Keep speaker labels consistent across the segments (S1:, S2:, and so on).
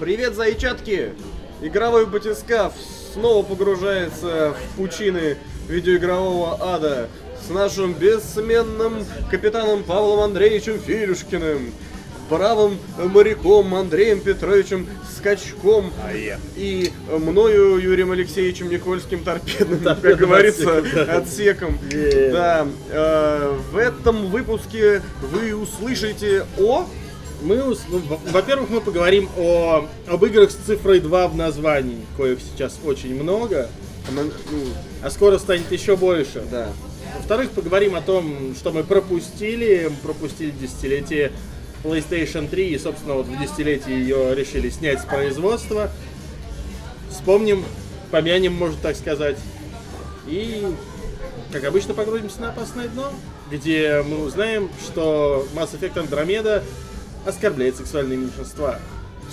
S1: Привет, зайчатки! Игровой батискаф снова погружается в пучины видеоигрового ада с нашим бессменным капитаном Павлом Андреевичем Филюшкиным, бравым моряком Андреем Петровичем Скачком и мною Юрием Алексеевичем Никольским торпедным, как говорится, отсеком. Да, э, в этом выпуске вы услышите о
S2: Мы, ус- ну, во- во-первых, мы поговорим о, об играх с цифрой 2 в названии, коих сейчас очень много,
S1: Ну,
S2: а скоро станет еще больше.
S1: Да.
S2: Во-вторых, поговорим о том, что мы пропустили, пропустили десятилетие PlayStation 3 и, собственно, вот в десятилетии ее решили снять с производства. Вспомним, помянем, можно так сказать. И, как обычно, погрузимся на опасное дно, где мы узнаем, что Mass Effect Andromeda оскорбляет сексуальные меньшинства.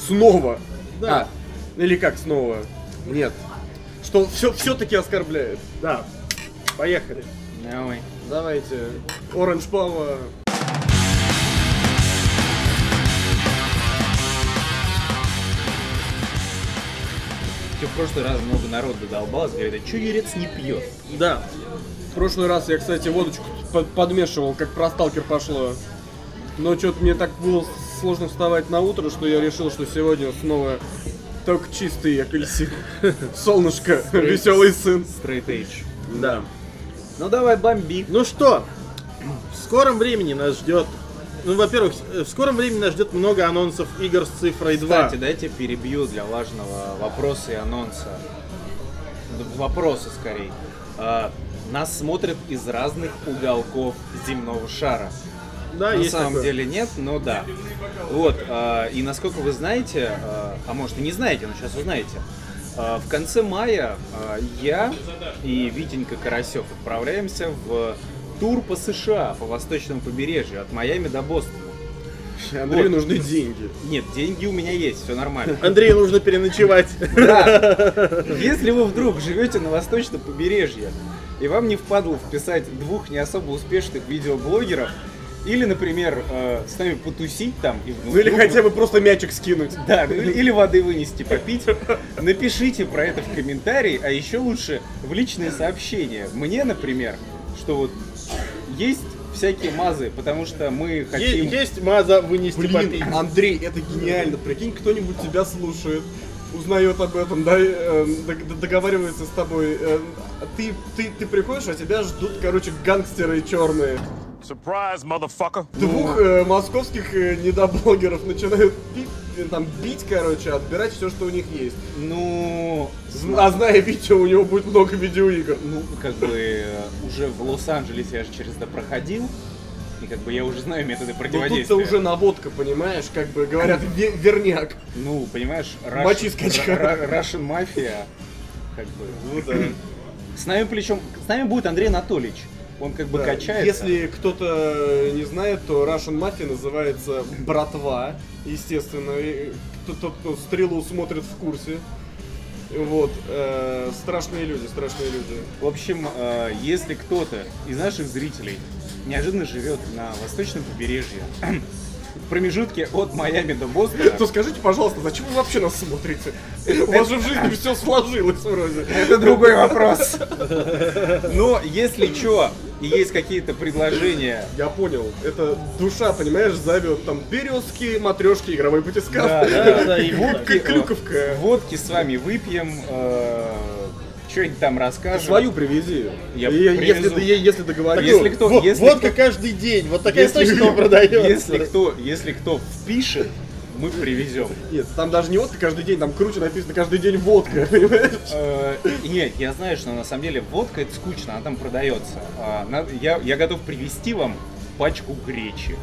S1: Снова.
S2: Да.
S1: А, или как снова? Нет. Что все все-таки оскорбляет.
S2: Да, поехали.
S3: Давай.
S1: Давайте. Оранж Пава.
S3: Ты в прошлый раз много народу долбалось, говорит, а чё Юрец не пьет?
S1: Да. В прошлый раз я, кстати, водочку под- подмешивал, как про сталкер пошло. Но что-то мне так было сложно вставать на утро, что я решил, что сегодня снова только чистый апельсин. Солнышко, веселый сын.
S3: Straight Edge.
S1: Да.
S3: Ну давай бомби.
S2: Ну что, в скором времени нас ждет. Ну, во-первых, э, в скором времени нас ждет много анонсов игр с цифрой 2.
S3: Кстати, дайте перебью для важного вопроса и анонса. Д- Вопроса скорее. А, нас смотрят из разных уголков земного шара.
S2: да,
S3: На
S2: есть
S3: самом
S2: такое.
S3: деле нет, но да. Вот, а, и насколько вы знаете, а а может и не знаете, но сейчас узнаете, а, в конце мая а, я и Витенька Карасев отправляемся в тур по США, по восточному побережью, от Майами до Бостона.
S1: Андрею
S3: Вот.
S1: нужны деньги.
S3: Нет, деньги у меня есть, все нормально.
S2: Андрею нужно переночевать.
S3: Да. Если вы вдруг живете на восточном побережье, и вам не впадло вписать двух не особо успешных видеоблогеров, или, например, э, с нами потусить там и
S1: Ну или хотя бы просто мячик скинуть.
S3: да, ну или, или воды вынести попить. Напишите про это в комментарии, а еще лучше в личные сообщения. Мне, например, что вот есть всякие мазы, потому что мы
S2: Е-
S3: хотим...
S2: Есть маза вынести попить.
S1: Блин, Андрей, Типа, это гениально. Прикинь, кто-нибудь тебя слушает, узнает об этом, да, э, дог- договаривается с тобой. Э, Ты, ты, ты приходишь, а тебя ждут, короче, гангстеры черные.
S4: Surprise, motherfucker.
S1: Двух э, московских э, недоблогеров начинают пи- э, там бить, короче, отбирать все, что у них есть.
S3: Ну...
S1: Зн- А зная Витя, у него будет много видеоигр.
S3: ну, как бы э, уже в Лос-Анджелесе я же через это проходил, и как бы я уже знаю методы
S1: Ну
S3: противодействия.
S1: тут-то уже наводка, понимаешь, как бы говорят, ве- верняк.
S3: Ну, понимаешь,
S1: Мочи
S3: Russian,
S1: скачка.
S3: Ра- Ра- Russian Mafia, как бы.
S1: Ну
S3: С нами причем, с нами будет Андрей Анатольевич. Он как бы
S1: Да,
S3: качается.
S1: Если кто-то не знает, то Russian Mafia называется братва, естественно. и Кто-то, кто стрелу смотрит в курсе. Вот. э, страшные люди, страшные люди.
S3: В общем, э, если кто-то из наших зрителей неожиданно живет на восточном побережье, в промежутке от Майами до Бостона,
S1: Э, То скажите, пожалуйста, зачем вы вообще нас смотрите? У вас же в жизни все сложилось вроде.
S3: Это другой вопрос. Но если что, и есть какие-то предложения
S1: Я понял, это душа, понимаешь, зовет там березки, матрешки, игровой батискаф.
S3: Да,
S2: да, да, именно
S1: Водка и
S3: так.
S1: клюковка.
S3: Водки с вами выпьем, э, что-нибудь там расскажем.
S1: Свою привези.
S3: Я
S1: И если,
S3: привезу.
S1: ты- если договоришься.
S3: Если кто-
S2: Вот-
S3: если
S2: Водка
S3: кто-
S2: каждый день. Вот такая
S1: Если-
S2: точно продается.
S3: Если кто, если кто впишет, мы привезем.
S1: Нет, там даже не водка каждый день, там круче написано каждый день водка, понимаешь?
S3: Э, Нет, я знаю, что на самом деле водка это скучно, она там продается. А, на- Я, я готов привезти вам пачку гречи.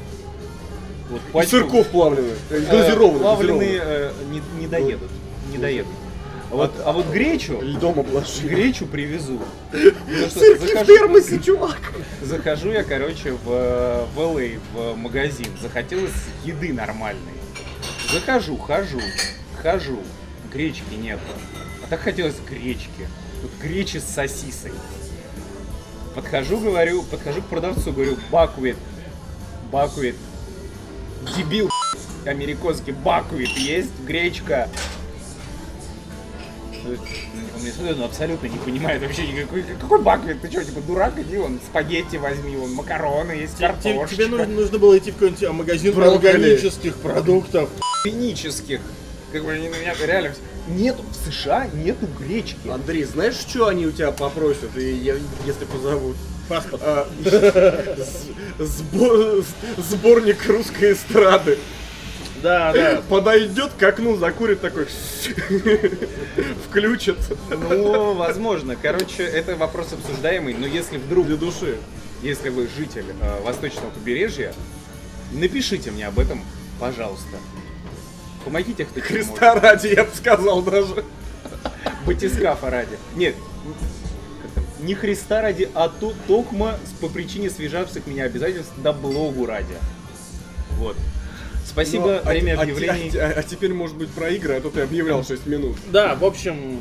S3: Вот
S1: И сырков плавленый, э,
S3: Газированные.
S1: глазированный.
S3: Плавленые э, не, не доедут. Не доедут. Вот, а вот гречу,
S1: газированный. Льдом обложи.
S3: гречу привезу. Потому что закажу-
S1: термосе, чувак!
S3: Захожу я, короче, в, э, в LA, в магазин. Захотелось еды нормальной. Захожу, хожу, хожу. Гречки нету. А так хотелось гречки. Вот гречи с сосисой. Подхожу, говорю, подхожу к продавцу, говорю, бакует, бакует. дебил, американский бакует есть, гречка. То есть, Он мне смотрит, он абсолютно не понимает вообще никакой. Какой бакует? Ты что, типа дурак? Иди вон спагетти возьми, вон макароны есть,
S2: Тебе,
S3: картошечка.
S2: тебе нужно, нужно было идти в какой-нибудь а, магазин
S5: Брокколи.
S2: органических продуктов.
S3: клинических. Как бы они на меня а реально... вс- Нету, в США нету гречки.
S5: Андрей, знаешь, что они у тебя попросят, и я- если позовут?
S2: Паспорт.
S5: А, с- сбо- с- Сборник русской эстрады.
S2: Да, да.
S5: Подойдет к окну, закурит такой, включит.
S3: Ну, возможно. Короче, это вопрос обсуждаемый, но если вдруг... Для души. Если вы житель э, восточного побережья, напишите мне об этом, пожалуйста. Помогите, кто чем
S5: Христа ради, я бы сказал даже.
S3: может. Батискафа ради. Нет, как там, не Христа ради, а то токма с- по причине свежавших меня обязательств да блогу ради. Вот. Спасибо,
S5: Ну, а-
S3: время
S5: а-
S3: объявлений.
S5: А, а теперь, может быть, про игры, а то ты объявлял 6 минут.
S2: Да, в общем,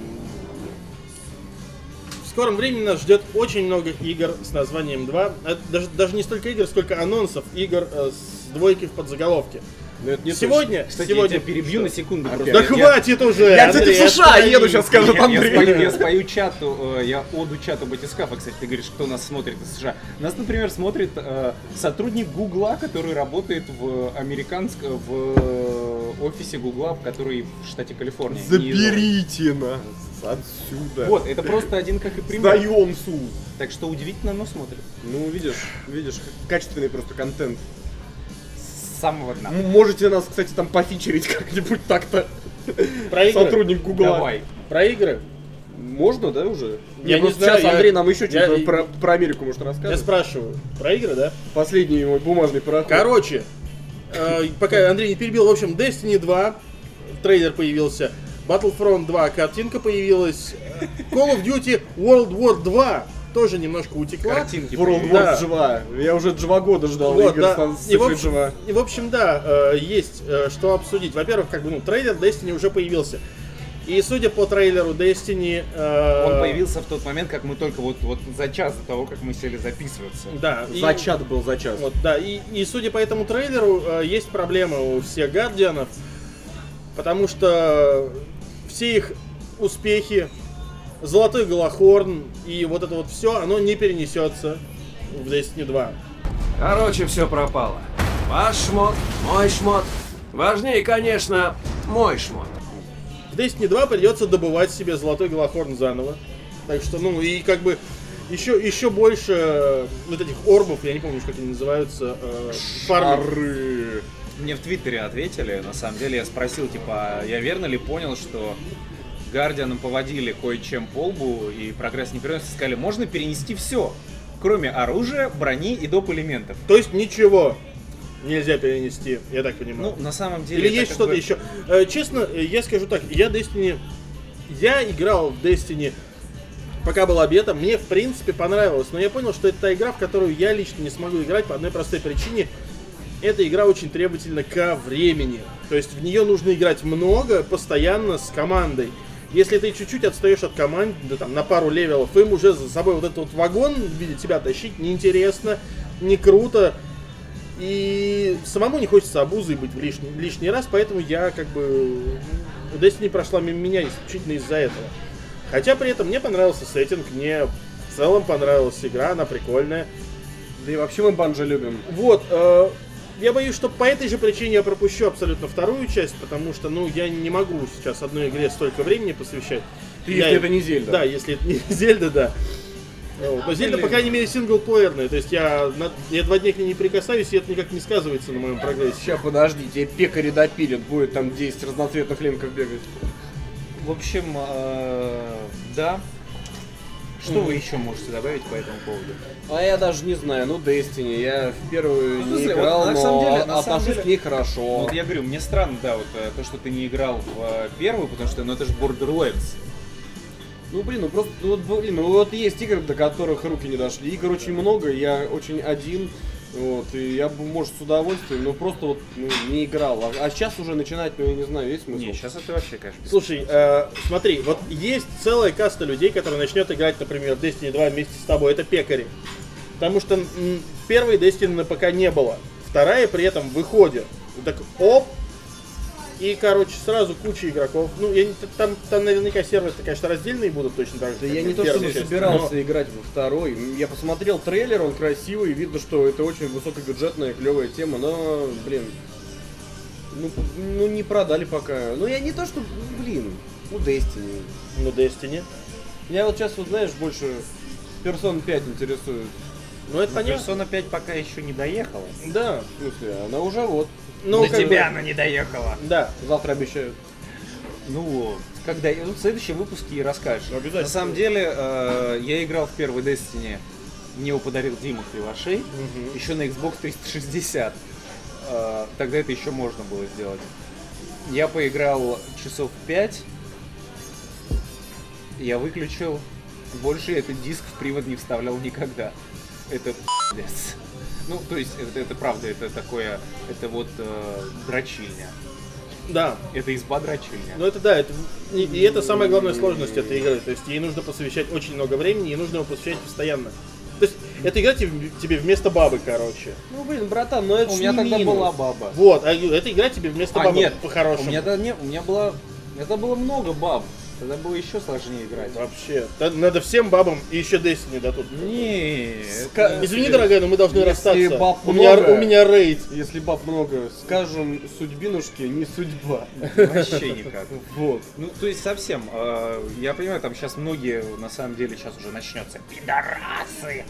S2: в скором времени нас ждет очень много игр с названием 2. Это даже, даже не столько игр, сколько анонсов игр э, с двойки в подзадголовке.
S5: Но это не
S2: сегодня,
S3: Кстати,
S2: сегодня...
S3: я тебя перебью на секунду. просто.
S2: Да
S3: Я-
S2: хватит уже!
S5: Я, кстати,
S2: Андрей,
S5: в США
S2: остановись.
S5: еду сейчас,
S3: Я-
S5: скажет
S3: я спою- Я
S5: Андрей.
S3: спою чату, э, я оду чату Батискафа, кстати, ты говоришь, кто нас смотрит из США. Нас, например, смотрит э, сотрудник Гугла, который работает в американск... в э, офисе Гугла, в который в штате Калифорния. не из-
S5: Заберите нас отсюда.
S3: Вот, это просто один как и пример.
S5: Сдаем суд.
S3: Так что удивительно, но смотрит.
S5: Ну, видишь, видишь, к- качественный просто контент.
S3: С самого дна.
S5: М- Можете нас, кстати, там пофичерить как-нибудь так-то.
S2: Про игры?
S5: Сотрудник Гугла.
S3: Давай.
S2: Про игры?
S5: Можно, да, уже?
S2: Я
S5: Я
S2: не
S5: просто
S2: знаю,
S5: сейчас
S2: я-
S5: Андрей нам еще
S2: я-
S5: что-то про, про Америку может
S2: Я
S5: рассказывать.
S2: спрашиваю. Про игры, да?
S5: Последний мой бумажный пароход.
S2: Короче, э, пока Андрей не перебил, в общем, Destiny 2, трейлер появился, Battlefront 2, картинка появилась, Call of Duty World War 2 тоже немножко утекла.
S3: Картинки.
S5: World War
S2: Да.
S5: Джва. Я уже Джва года ждал
S2: Вот,
S5: игр
S2: да.
S5: с- с
S2: И, в
S5: цифрой
S2: общем,
S5: Джва.
S2: и, в общем, да, э, есть э, что обсудить. Во-первых, как бы, ну, трейлер Destiny уже появился. И судя по трейлеру Destiny... э,
S3: Он появился в тот момент, как мы только вот, вот за час до того, как мы сели записываться.
S2: Да. и-
S5: За чат был за час.
S2: Вот, да, и, и судя по этому трейлеру, э, есть проблемы у всех Гардианов, потому что все их успехи, Золотой Голохорн и вот это вот все, оно не перенесется в Destiny 2.
S6: Короче, все пропало. Ваш шмот, мой шмот. Важнее, конечно, мой шмот.
S2: В Destiny 2 придется добывать себе Золотой Голохорн заново. Так что, ну, и как бы еще, еще больше э, вот этих орбов, я не помню, как они называются, э, фармов.
S5: Ары.
S3: Мне в Твиттере ответили, на самом деле я спросил, типа, «А я верно ли понял, что Гардианам поводили кое-чем по лбу и прогресс не переносится, сказали, можно перенести все, кроме оружия, брони и доп. элементов.
S2: То есть ничего нельзя перенести, я так понимаю.
S3: Ну, на самом
S2: Или
S3: деле... это
S2: есть
S3: как
S2: что-то
S3: бы-
S2: еще? Э, Честно, э, я скажу так, я Destiny... Я играл в Destiny, пока была бета, мне в принципе понравилось, но я понял, что это та игра, в которую я лично не смогу играть по одной простой причине. Эта игра очень требовательна ко времени. То есть в нее нужно играть много, постоянно, с командой. Если ты чуть-чуть отстаешь от команд, да там на пару левелов, им уже за собой вот этот вот вагон в виде тебя тащить неинтересно, не круто. И самому не хочется обузой быть в лишний, лишний раз, поэтому я как бы... ну, Destiny прошла мимо меня исключительно из-за этого. Хотя при этом мне понравился сеттинг, мне в целом понравилась игра, она прикольная.
S5: Да и вообще мы банджи любим.
S2: Вот, э, я боюсь, что по этой же причине я пропущу абсолютно вторую часть, потому что, ну, я не могу сейчас одной игре столько времени посвящать. Я-
S5: Если это не Зельда.
S2: Да, если это не Зельда, да. Вот. Но Зельда, по крайней мере, синглплеерная. То есть я, на- я два дня к ней не прикасаюсь, и это никак не сказывается на моем прогрессе.
S5: Сейчас подожди, тебе пекарь допилят, будет там 10 разноцветных ленков бегать.
S3: В общем, э, да. Что вы еще можете добавить по этому поводу?
S5: А я даже не знаю, ну Destiny, я в первую
S3: Ну,
S5: не
S3: слушай, вот
S5: играл,
S3: на
S5: но
S3: самом деле- на самом
S5: отношусь
S3: деле-
S5: к ней хорошо.
S3: Вот я говорю, мне странно, да, вот э, то, что ты не играл в э, первую, потому что, ну, это же Borderlands.
S5: Ну блин, ну просто, ну, вот, блин, ну вот есть игры, до которых руки не дошли. Игр очень много, я очень один. Вот, и я бы, может, с удовольствием, но просто вот ну, не играл. А, сейчас уже начинать, ну я не знаю, есть смысл?
S3: Не, сейчас это вообще, конечно, без-
S2: Слушай, э, смотри, вот есть целая каста людей, которые начнет играть, например, в Destiny 2 вместе с тобой. Это пекари. Потому что м, первой Destiny на ПК не было. Вторая при этом выходит. так оп, и, короче, сразу куча игроков. Ну, я не- там, там наверняка сервисы, конечно, раздельные будут точно так же.
S5: Да
S2: как
S5: я
S2: и
S5: не
S2: в
S5: то, что
S2: первой части,
S5: собирался
S2: но-
S5: играть во второй. Я посмотрел трейлер, он красивый, видно, что это очень высокобюджетная, клевая тема, но, блин, ну, ну не продали пока. Ну я не то, что, ну, блин, у Destiny.
S2: Ну, Destiny.
S5: Я вот сейчас, вот знаешь, больше Person 5 интересует.
S2: Ну, это понятно.
S3: Персона 5 пока еще не доехала.
S2: Да.
S5: В смысле, она уже вот.
S2: Ну,
S3: До
S2: как бы-
S3: тебя она не доехала.
S2: Да.
S5: Завтра обещают.
S3: Ну вот. Когда ну, в следующем выпуске и расскажешь.
S2: Обязательно.
S3: На самом деле, э, я играл в первой Destiny. Мне его подарил Дима Кривошей. Еще на Xbox 360. Э, тогда это еще можно было сделать. Я поиграл часов 5. Я выключил. Больше я этот диск в привод не вставлял никогда. Это пи***ц. Ну, то есть, это, это правда, это такое, это вот э, дрочильня.
S2: Да.
S3: Это изба дрочильня.
S2: Ну это да, это, и, и это самая главная сложность этой игры. То есть ей нужно посвящать очень много времени, и нужно его посвящать постоянно. То есть эта игра тебе, тебе вместо бабы, короче.
S5: Ну блин, братан, но это
S3: У
S5: ж
S3: меня
S5: не
S3: тогда
S5: минус.
S3: была баба.
S2: Вот, а эта игра тебе вместо
S3: А,
S2: бабы
S3: нет,
S2: по-хорошему.
S3: У меня тогда не, у меня была, это было много баб. Тогда было еще сложнее играть.
S2: Вообще, та- надо всем бабам и еще Destiny да тут.
S3: Не, это-
S2: Извини, дорогая, но мы должны
S5: Если
S2: расстаться.
S5: баб
S2: у, меня,
S5: много-
S2: у меня рейд.
S5: Если баб много, скажем, судьбинушки не судьба.
S3: вообще никак.
S5: Вот.
S3: Ну, то есть совсем. э, Я понимаю, там сейчас многие, на самом деле, сейчас уже начнется. Пидорасы!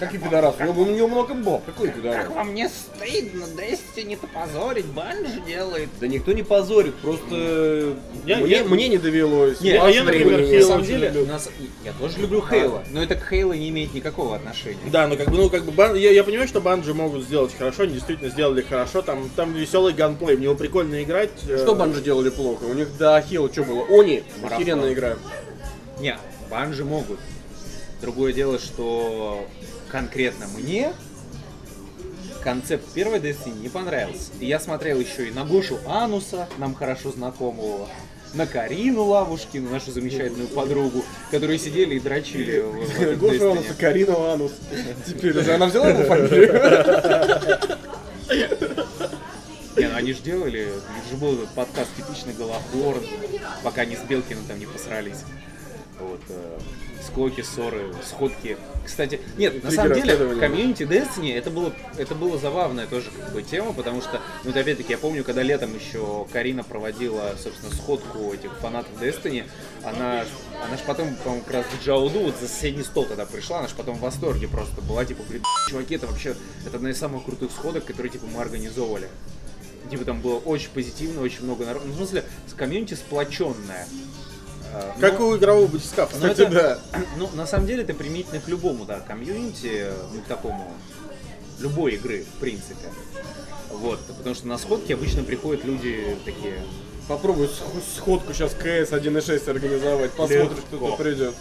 S5: Как и пидорас. У него у него много баб. Какой пидорас?
S3: Как вам не стыдно, Destiny-то позорить, Банж делает.
S5: Да никто не позорит, просто
S2: Я-
S5: мне,
S2: я-
S5: мне не довелось.
S3: Не,
S5: У вас
S2: а я, например,
S5: времени
S2: Halo
S5: нет.
S3: На самом
S2: очень
S3: деле,
S2: люблю.
S3: нас- я тоже люблю Хейла, но это к Хейла не имеет никакого отношения.
S2: Да, ну как бы, ну как бы, бан- я, я понимаю, что банджи могут сделать хорошо, они действительно сделали хорошо, там, там веселый ганплей, в него прикольно играть. э,
S5: Что банжи делали плохо? У них до Ахилла что было? Они!
S3: Марафон.
S5: Охеренная игра.
S3: Не, банжи могут. Другое дело, что конкретно мне концепт первой Destiny не понравился. И я смотрел еще и на Гошу Ануса, нам хорошо знакомого, на Карину Лавушкину, нашу замечательную подругу, которые сидели и дрочили в- в этом
S5: Гоша Анус и
S3: Destiny.
S5: Карина Анус. Теперь уже она взяла его фамилию?
S3: Не, ну они же делали, у них же был этот подкаст типичный Голохорн, пока они с Белкиным там не посрались. Вот, э, склоки, ссоры, сходки. Кстати, нет, на
S5: Интриги,
S3: самом деле,
S5: расследования.
S3: комьюнити Destiny, это было, это было забавная тоже как бы тема, потому что, ну, это опять-таки, я помню, когда летом еще Карина проводила, собственно, сходку этих фанатов Destiny, она, она же потом, по-моему, как раз к Джауду, вот за соседний стол тогда пришла, она же потом в восторге просто была, типа, говорит, чуваки, это вообще, это одна из самых крутых сходок, которые, типа, мы организовывали. Типа там было очень позитивно, очень много народу. Ну, в смысле, с комьюнити Э, сплоченная.
S2: Как у игрового батискафа,
S3: ну,
S2: кстати,
S3: это,
S2: да.
S3: ну, на самом деле, это применительно к любому, да, комьюнити, ну, к такому, любой игры, в принципе. Вот, потому что на сходки обычно приходят люди такие,
S5: Попробуй сх- сходку сейчас КС 1.6 организовать, посмотришь,
S3: Легко.
S5: кто-то придет.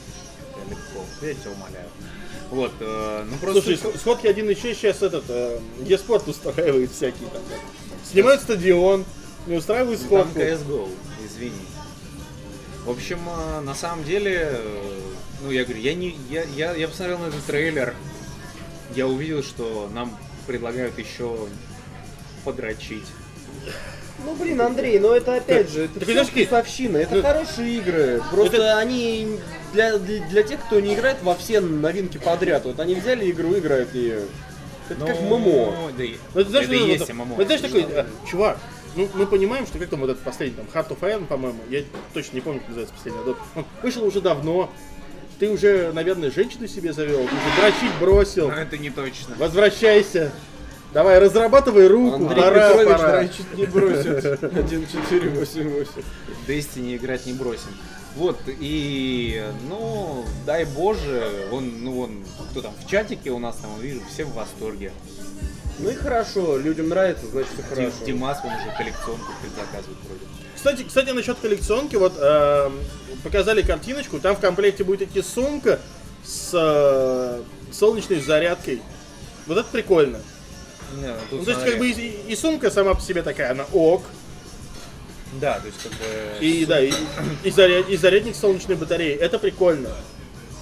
S3: «Я легко, я тебя умоляю. Вот, э, ну просто...
S2: Слушай, сх- сходки 1.6 сейчас этот, э, Е-спорт устраивает всякие там. да. Снимают стадион, не устраивают
S3: Ну, Там
S2: сходку.
S3: CSGO, извини. В общем, э, на самом деле, э, ну я говорю, я не. Я, я, я посмотрел на этот трейлер, я увидел, что нам предлагают еще подрочить.
S5: Ну блин, Андрей, ну это опять же,
S2: Так
S5: это
S2: подожди.
S5: все вкусовщина, это
S2: Ну-
S5: хорошие игры. Просто они для, для, для тех, кто не играет во все новинки подряд, вот они взяли игру, играют в нее. Это как
S3: Ну,
S5: ММО.
S3: Да, и-
S2: Ну, это знаешь,
S3: это
S2: ну,
S3: и
S2: вот,
S3: есть ММО.
S2: ну, знаешь, такой, э, чувак, ну, мы понимаем, что как там вот этот последний, там, Heart of Iron, по-моему, я точно не помню, как называется последний, аддон. он вышел уже давно, ты уже, наверное, женщину себе завел, уже дрочить бросил,
S3: Но а это не точно.
S2: возвращайся, давай, разрабатывай руку,
S5: Андрей
S2: пора,
S5: Петрович
S2: пора.
S5: Райчит не бросит. 1488.
S3: В Destiny играть не бросим. Вот, и, ну, дай боже, он, ну, он, кто там, в чатике у нас там, вижу, все в восторге.
S5: Ну и хорошо, людям нравится, значит все
S3: Дим-
S5: хорошо.
S3: Димас, он уже коллекционку предзаказывает вроде.
S2: Кстати, кстати, насчет коллекционки, вот эм, показали картиночку, там в комплекте будет идти сумка с э, солнечной зарядкой. Вот это прикольно.
S3: Не, ну, тут
S2: Ну, то есть,
S3: смотри.
S2: как бы и, и сумка сама по себе такая, она ок.
S3: Да, то есть как бы...
S2: И да, и, и заря- и зарядник с солнечной батареи. Это прикольно.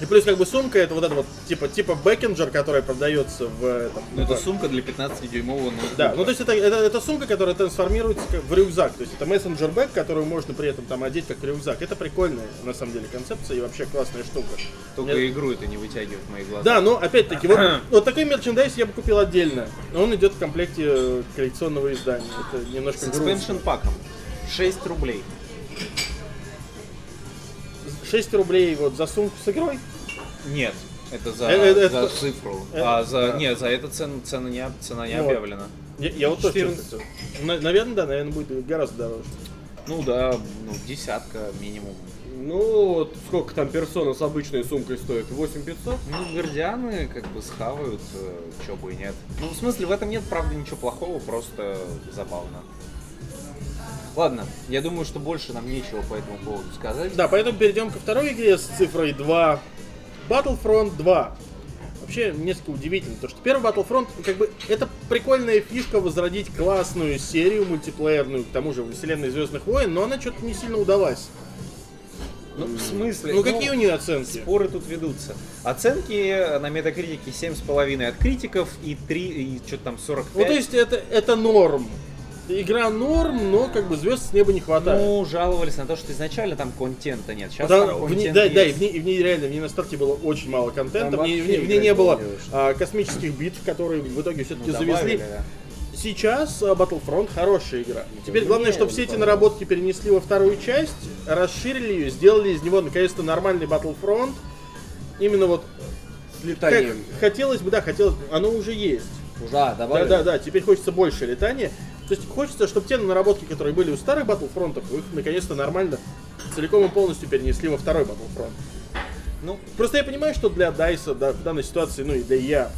S2: И плюс как бы сумка это вот эта вот типа типа бэкенджер, которая продается в этом.
S3: Ну, это
S2: в-
S3: сумка для 15-дюймового ноутбука.
S2: Да, ну то есть это, это, это сумка, которая трансформируется как в рюкзак. То есть это мессенджер бэк, которую можно при этом там одеть как рюкзак. Это прикольная на самом деле концепция и вообще классная штука.
S3: Только
S2: Мне-
S3: игру это не вытягивает в мои глаза.
S2: Да, но опять-таки, вот, вот такой мерчендайз я бы купил отдельно. Но Он идет в комплекте э, коллекционного издания. Это
S3: С
S2: немножко грустно.
S3: expansion паком. 6 рублей.
S2: 6 рублей вот за сумку с игрой.
S3: Нет. Это за,
S2: Э, э,
S3: за
S2: это-
S3: цифру.
S2: э,
S3: а за.
S2: да.
S3: Нет, за это цена, цена не, об- цена не
S2: Ну,
S3: объявлена.
S2: Я, я вот тоже
S5: 14.
S2: чувствую. На- Наверное, да, наверное, будет гораздо дороже.
S3: Ну да, ну, десятка минимум.
S5: Ну, вот сколько там персона с обычной сумкой стоит? 8500?
S3: Ну, гордианы как бы схавают, э, чё бы и нет. Ну, в смысле, в этом нет, правда, ничего плохого, просто забавно. Ладно, я думаю, что больше нам нечего по этому поводу сказать.
S2: Да, поэтому перейдем ко второй игре с цифрой 2. Battlefront 2. Вообще несколько удивительно, то что первый Battlefront, ну, как бы, это прикольная фишка возродить классную серию мультиплеерную, к тому же во вселенной Звездных войн, но она что-то не сильно удалась.
S3: Ну, в смысле?
S2: Ну какие у нее оценки?
S3: Споры тут ведутся. Оценки на метакритике 7,5 от критиков и 3, и что там, 45.
S2: Ну то есть это, это норм. Игра норм, но как бы звезд с неба не хватает.
S3: Ну, жаловались на то, что изначально там контента нет. Сейчас
S2: Да,
S3: там
S2: в ней-
S3: контент
S2: да, да, и
S3: есть.
S2: в ней, и в ней реально, в ней на старте было очень мало контента,
S5: Там
S2: в ней, в
S5: вообще
S2: ней- в ней не
S5: играть
S2: было
S5: не делаешь.
S2: а, космических битв, которые в итоге
S3: Ну,
S2: все-таки завезли.
S3: добавили, да.
S2: Сейчас а, Battlefront хорошая игра. Теперь главное, чтобы все эти наработки перенесли во вторую часть, расширили ее, сделали из него наконец-то нормальный Battlefront. Именно вот
S5: С
S2: как
S5: летанием.
S2: хотелось бы, да, хотелось бы, оно уже есть.
S5: а,
S3: Да,
S2: Да,
S3: добавили.
S2: да, да, теперь хочется больше летания. То есть хочется, чтобы те наработки, которые были у старых Battlefront, их наконец-то нормально, целиком и полностью перенесли во второй Battlefront.
S3: Ну,
S2: Просто я понимаю, что для DICE да, в данной ситуации, ну и для я,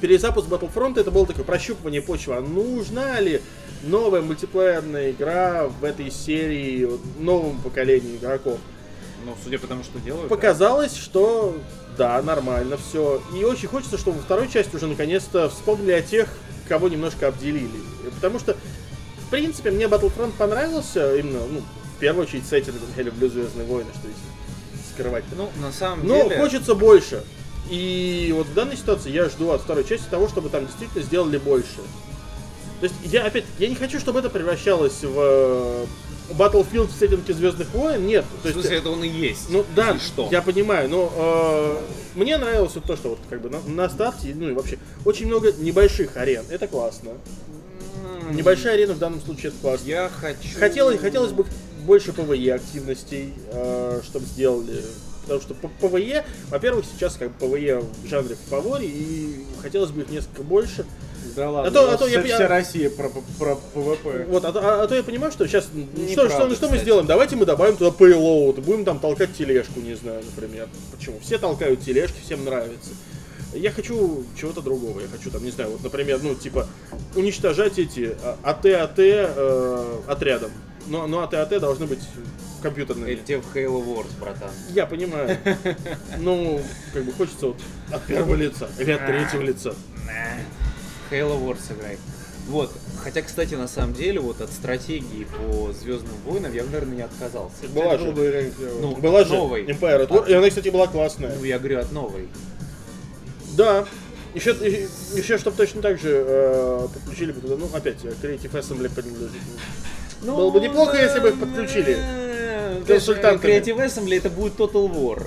S2: перезапуск Battlefront это было такое прощупывание почвы. А нужна ли новая мультиплеерная игра в этой серии вот, новому поколению игроков?
S3: ну, судя по тому, что делают. да.
S2: Показалось, что да, нормально все. И очень хочется, чтобы во второй части уже наконец-то вспомнили о тех, кого немножко обделили. Потому что, в принципе, мне Battlefront понравился, именно, ну, в первую очередь сеттингом. Я люблю Звездные войны, что здесь скрывать.
S3: Ну, на самом
S2: Но
S3: деле...
S2: хочется больше. И вот в данной ситуации я жду от второй части того, чтобы там действительно сделали больше. То есть я опять, я не хочу, чтобы это превращалось в э, Battlefield в сеттинге Звездных войн. Нет. То
S3: В
S2: есть,
S3: смысле, это он и есть.
S2: ну да,
S3: Если что.
S2: я понимаю, но э, мне нравилось вот то, что вот как бы на, на старте, ну и вообще, очень много небольших арен. Это классно.
S3: М,
S2: Небольшая арена в данном случае это классно.
S3: Я хочу...
S2: Хотелось, хотелось бы больше ПВЕ активностей, чтобы сделали. Потому что п- ПВЕ, во-первых, сейчас как бы ПВЕ в жанре в фаворе, и хотелось бы их несколько больше.
S5: Да ладно,
S2: А то-
S5: у
S2: а
S5: нас
S2: то я
S5: вся,
S2: пья-
S5: вся Россия про, про ПВП.
S2: Вот, а, то- а- а то я понимаю, что сейчас... что,
S3: Неправда,
S2: что, ну, что мы
S3: кстати.
S2: сделаем? Давайте мы добавим туда payload, будем там толкать тележку, не знаю, например. Почему? Все толкают тележки, всем нравится. Я хочу чего-то другого. Я хочу там, не знаю, вот, например, ну, типа, уничтожать эти а, АТ-АТ э, отрядом. Но, но а АТ-АТ должны быть компьютерными.
S3: Это тебе в Halo Wars, братан.
S2: Я понимаю. Ну, как бы хочется вот от первого лица или от
S3: А.
S2: третьего лица.
S3: Halo Wars играй. Вот. Хотя, кстати, на самом деле, вот от стратегии по Звездным войнам я бы, наверное, не отказался.
S2: Была
S5: Было
S2: же.
S5: бы реально клево.
S3: Ну,
S2: Была же
S3: новой.
S2: Empire at War, и она, кстати, была классная.
S3: Ну, я говорю от новой.
S2: Да. Еще, еще чтобы точно так же э, подключили бы туда, ну опять, э, Creative Assembly принадлежит.
S3: Ну,
S2: Было бы неплохо,
S3: да,
S2: если бы их подключили
S3: да,
S2: консультантами.
S3: Creative Assembly Э, это будет Total War.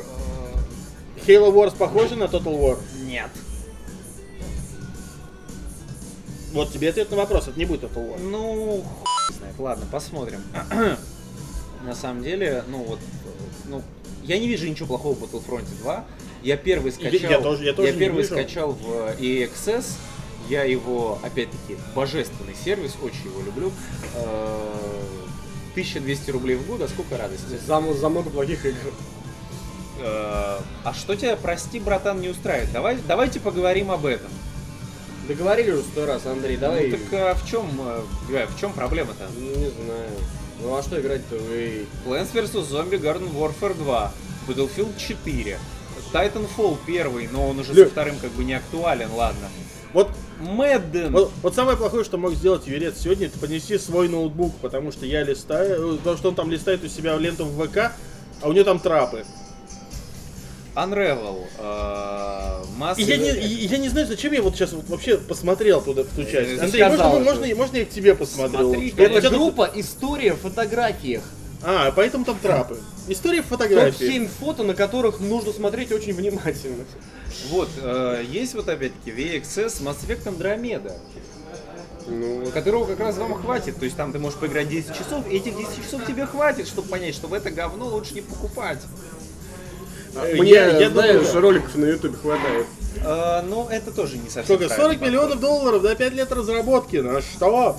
S2: Halo Wars похоже на Total War?
S3: Э, Нет.
S2: Вот тебе ответ на вопрос, это не будет Total War.
S3: Ну, хуй знает. Ладно, посмотрим. На самом деле, ну вот, э, ну, я не вижу ничего плохого в Battlefront 2. Я первый
S2: я
S3: скачал,
S2: тоже- я тоже не
S3: первый
S2: вижу.
S3: скачал в э, EXS. Я его, опять-таки, божественный сервис, очень его люблю. Э, 1200 рублей в год, а сколько радости.
S5: За, за много плохих игр.
S3: Э, А что тебя, прости, братан, не устраивает? Давай, давайте поговорим об этом.
S5: Договорили уже сто раз, Андрей, давай.
S3: Ну, так а в чем, в чем проблема-то?
S5: Ну, не знаю. Ну а что играть-то вы?
S3: Plants vs. Zombie Garden Warfare 2, Battlefield 4, Titanfall 1, но он уже
S2: Лё-
S3: со вторым как бы не актуален, ладно.
S2: Вот,
S3: Madden!
S2: вот, вот самое плохое, что мог сделать Юрец сегодня, это понести свой ноутбук, потому что я листаю, э, потому что он там листает у себя ленту в ВК, а у него там трапы.
S3: Unravel, э, Mass
S2: И Я не,
S3: Effect.
S2: и- я не знаю, зачем я вот сейчас вот вообще посмотрел туда в ту часть.
S3: Ты
S2: Андрей, можно,
S7: сказал
S2: мы- можно, я- можно я к тебе посмотрел?
S3: Смотри,
S2: Вот
S7: Это
S2: я тут-
S7: группа «История в фотографиях».
S2: А, поэтому там трапы. История фотографии.
S5: Топ-7 фото, на которых нужно смотреть очень внимательно.
S3: Вот, э, есть вот опять-таки VXS с Mass Effect Andromeda,
S5: Ну,
S3: которого как раз вам хватит. То есть там ты можешь поиграть 10 часов, и этих 10 часов тебе хватит, чтобы понять, что в это говно лучше не покупать.
S2: Э,
S5: Мне,
S2: я- я
S5: знаешь,
S2: думаю,
S5: роликов на ютубе хватает.
S3: Э, но это тоже не совсем
S2: Сколько? 40 миллионов долларов, да, 5 лет разработки. На что?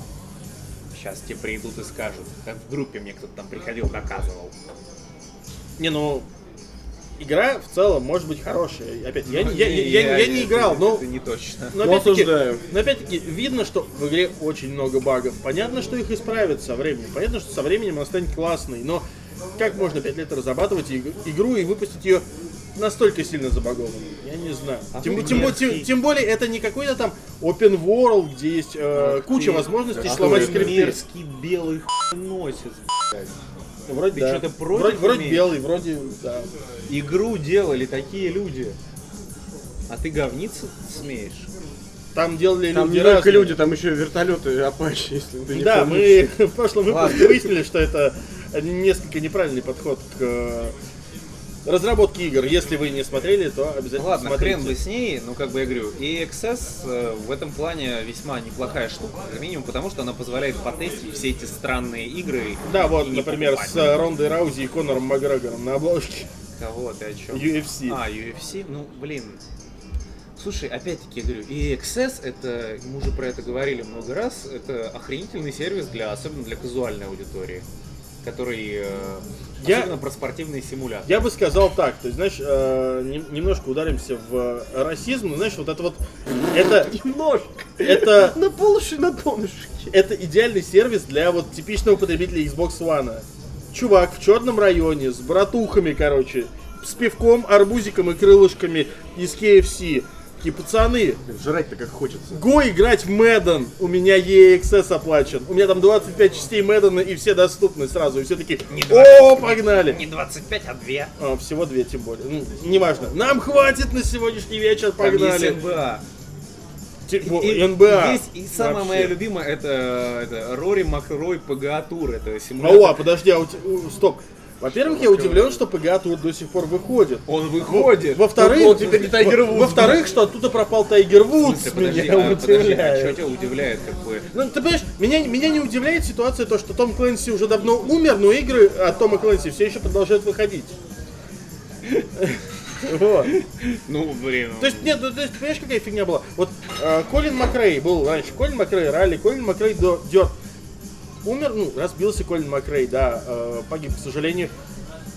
S3: Сейчас тебе придут и скажут. Как в группе мне кто-то там приходил, доказывал.
S2: Не, ну, игра в целом может быть хорошая. И Опять, я, не- я, я- я- я не
S3: это-
S2: играл, но...
S3: Это не точно.
S2: Но
S5: Ну,
S2: опять-таки,
S5: осуждаю.
S2: но опять-таки видно, что в игре очень много багов. Понятно, что их исправят со временем. Понятно, что со временем она станет классной. Но как можно 5 лет разрабатывать иг- игру и выпустить ее настолько сильно забагованной? Я не знаю. тем, тем бо- тем- тем более это не какой-то там open world, где есть э, куча возможностей сломать скрипты.
S3: мерзкий белый носит.
S2: Вроде,
S3: Ты
S2: да.
S3: чё-то против
S2: вроде, вроде
S3: имеешь?
S2: белый, вроде да.
S3: Игру делали такие люди. А ты говниться смеешь?
S2: Там делали
S5: Там
S2: люди
S5: не только
S2: разные.
S5: люди, там еще вертолеты Апачи, если ты не
S2: Да,
S5: помнишь.
S2: мы в прошлом выпуске
S3: Ладно.
S2: выяснили, что это несколько неправильный подход к э, разработке игр. Если вы не смотрели, то
S3: Ну
S2: обязательно
S3: ладно,
S2: смотрите.
S3: хрен бы с ней, но как бы я говорю, AXS э, в этом плане весьма неплохая штука, как минимум, потому что она позволяет потестить все эти странные игры.
S2: Да, вот,
S3: и не
S2: например,
S3: покупать.
S2: с э, Рондой Раузи и Конором Макгрегором на обложке.
S3: Кого ты о чем?
S2: UFC.
S3: А, UFC? Ну, блин. Слушай, опять-таки я говорю, AXS это, мы уже про это говорили много раз, это охренительный сервис для, особенно для казуальной аудитории, который э,
S2: Я-
S3: особенно про спортивные симуляторы.
S2: Я бы сказал так, то есть, знаешь, э, нем- немножко ударимся в э, расизм, но, знаешь, вот это вот, это,
S5: Немножко.
S2: это,
S5: На полуши, на донышке.
S2: это идеальный сервис для вот типичного потребителя Xbox One. Чувак в черном районе с братухами, короче, с пивком, арбузиком и крылышками из KFC. И пацаны,
S5: Жрать-то как хочется.
S2: го играть в Мэдден, у меня EXS оплачен. У меня там 25 частей Мэддена и все доступны сразу. И все такие, о, погнали.
S3: Не 25, а 2.
S2: А, всего две, тем более. Ну, неважно. Нам хватит на сегодняшний вечер, погнали.
S3: НБА.
S2: Те- во,
S3: А.
S2: А.
S3: И-
S2: НБА.
S3: Есть, и самая
S2: Вообще.
S3: моя любимая, это, это Рори Макрой ПГА Тур, это симулятор.
S2: О, а, подожди, а у те- у- стоп. Во-первых, я удивлен, что ПГА тут до сих пор выходит.
S3: Он выходит.
S2: Во-вторых,
S5: Он теперь не Тайгер
S2: во-
S5: Вуд.
S2: во-вторых, что оттуда пропал Тайгер Вуд,
S3: В смысле, подожди,
S2: меня
S3: а, подожди, а что
S2: удивляет.
S3: тебя удивляет, как бы?
S2: Ну, ты понимаешь, меня, меня не удивляет ситуация то, что Том Клэнси уже давно умер, но игры от Тома Клэнси все еще продолжают выходить. Вот.
S3: Ну, блин.
S2: То есть, нет, ну, то есть, понимаешь, какая фигня была? Вот э, Колин Макрей был раньше, Колин Макрей ралли, Колин Макрей до- дёрт. Умер, ну, разбился Колин Макрей, да, э, погиб, к сожалению.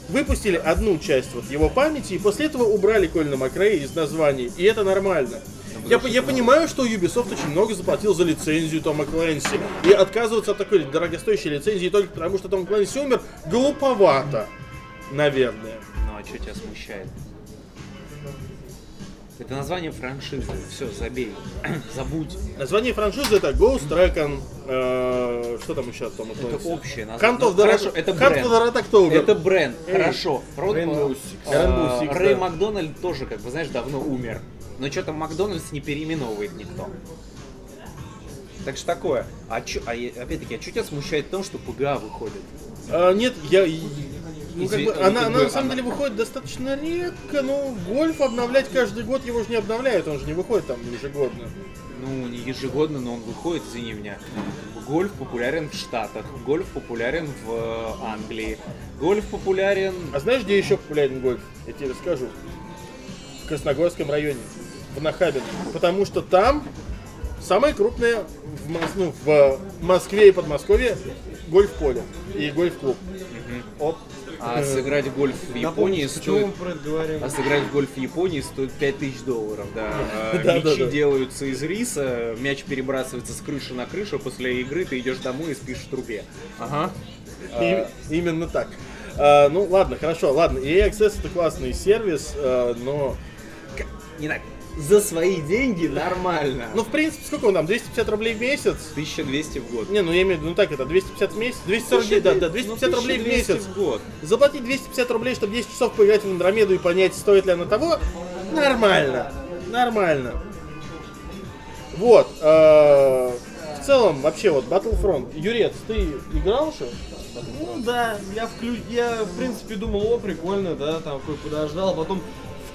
S2: Выпустили одну часть вот его памяти, и после этого убрали Колина Макрея из названий, и это нормально. Я, по- я понимаю, что Ubisoft очень много заплатил за лицензию Тома Клэнси, и отказываться от такой дорогостоящей лицензии только потому, что Том Клэнси умер, глуповато, наверное.
S3: Ну, а что тебя смущает? Это название франшизы. Все, забей. Забудь.
S2: Название франшизы это Ghost Recon, э, что там еще от Тома
S3: Это
S2: Клэнси?
S3: общее
S2: Hunt
S3: название.
S2: of
S3: Ну,
S2: the
S3: хорошо,
S2: Red-
S3: это
S2: Hunt of the
S3: бренд.
S2: Red October.
S3: Это бренд,
S2: Эй,
S3: хорошо. Рот-
S5: Rainbow
S3: а,
S5: Six.
S2: Rainbow
S3: а,
S2: Six,
S3: Рэй
S2: да.
S3: Макдональд тоже, как бы, знаешь, давно умер. Но что-то Макдональдс не переименовывает никто. Так что такое. А, чё- а я- опять-таки, а что тебя смущает в том, что ПГА выходит?
S2: Э, нет, я... и- Ну, как
S3: Изви-
S2: бы,
S3: ну,
S2: она,
S3: как
S2: она
S3: бы
S2: на самом
S3: она-
S2: деле выходит достаточно редко, но гольф обновлять каждый год его же не обновляют, он же не выходит там ежегодно.
S3: Ну, не ежегодно, но он выходит, извини меня. Гольф популярен в Штатах, гольф популярен в э, Англии, гольф популярен...
S2: А знаешь, где еще популярен гольф? Я тебе расскажу. В Красногорском районе, в Нахабино. Потому что там самое крупное в, Мос- ну, в Москве и Подмосковье гольф-поле и гольф-клуб. Оп. Э,
S3: А сыграть в гольф в Японии стоит... А сыграть в гольф в Японии стоит 5000 долларов, да. А,
S2: Да, да,
S3: Мячи
S2: да.
S3: делаются из риса, мяч перебрасывается с крыши на крышу, а после игры ты идешь домой и спишь в трубе. Ага.
S2: И- именно так. А, ну ладно, хорошо, ладно. EA Access это классный сервис, а, но
S3: Не так.
S7: за свои деньги нормально.
S2: Ну, в принципе, сколько он там? 250 рублей в месяц?
S3: 1200 в год.
S2: Не, ну я имею в виду, ну так это, 250 в месяц, 240, да,
S3: ну,
S2: да, 250 рублей в
S3: 1200
S2: месяц.
S3: в год.
S2: Заплатить 250 рублей, чтобы 10 часов поиграть в Андромеду и понять, стоит ли она того, нормально. Нормально. Вот. э, В целом, вообще, вот, Battlefront. Юрец, ты играл же?
S5: Ну да, я, вклю... я в принципе думал, о, прикольно, да, там какой подождал, а потом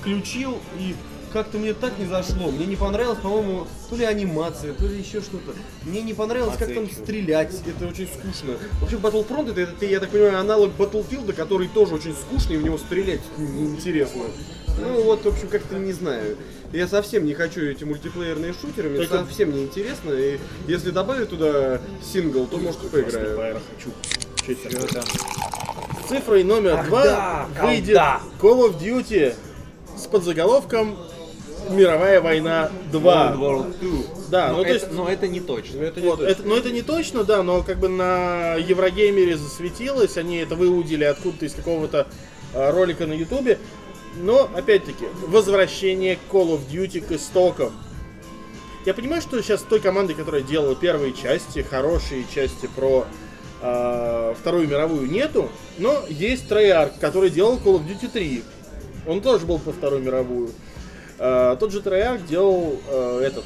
S5: включил и как-то мне так не зашло. Мне не понравилось, по-моему, то ли анимация, то ли еще что-то. Мне не понравилось, как там стрелять, это очень скучно. Вообще Battlefront это, это, я так понимаю, аналог Battlefield, который тоже очень скучный, и в него стрелять неинтересно. Ну вот, в общем, как-то не знаю. Я совсем не хочу эти мультиплеерные шутеры, мне
S2: Только-
S5: совсем не интересно. И если добавят туда сингл, то может и поиграю.
S2: Цифрой номер два выйдет Call of Duty с подзаголовком Мировая война 2. Да,
S3: Но,
S2: ну то
S3: это,
S2: есть,
S3: но это не точно.
S5: Это не
S2: вот, это, но это не точно, да, но как бы на Еврогеймере засветилось, они это выудили откуда-то из какого-то э, ролика на Ютубе. Но, опять-таки, возвращение Call of Duty к истокам. Я понимаю, что сейчас той команды, которая делала первые части, хорошие части про э, Вторую мировую нету, но есть Treyarch, который делал Call of Duty 3. Он тоже был по Вторую мировую. Э, тот же Treyarch делал э, этот...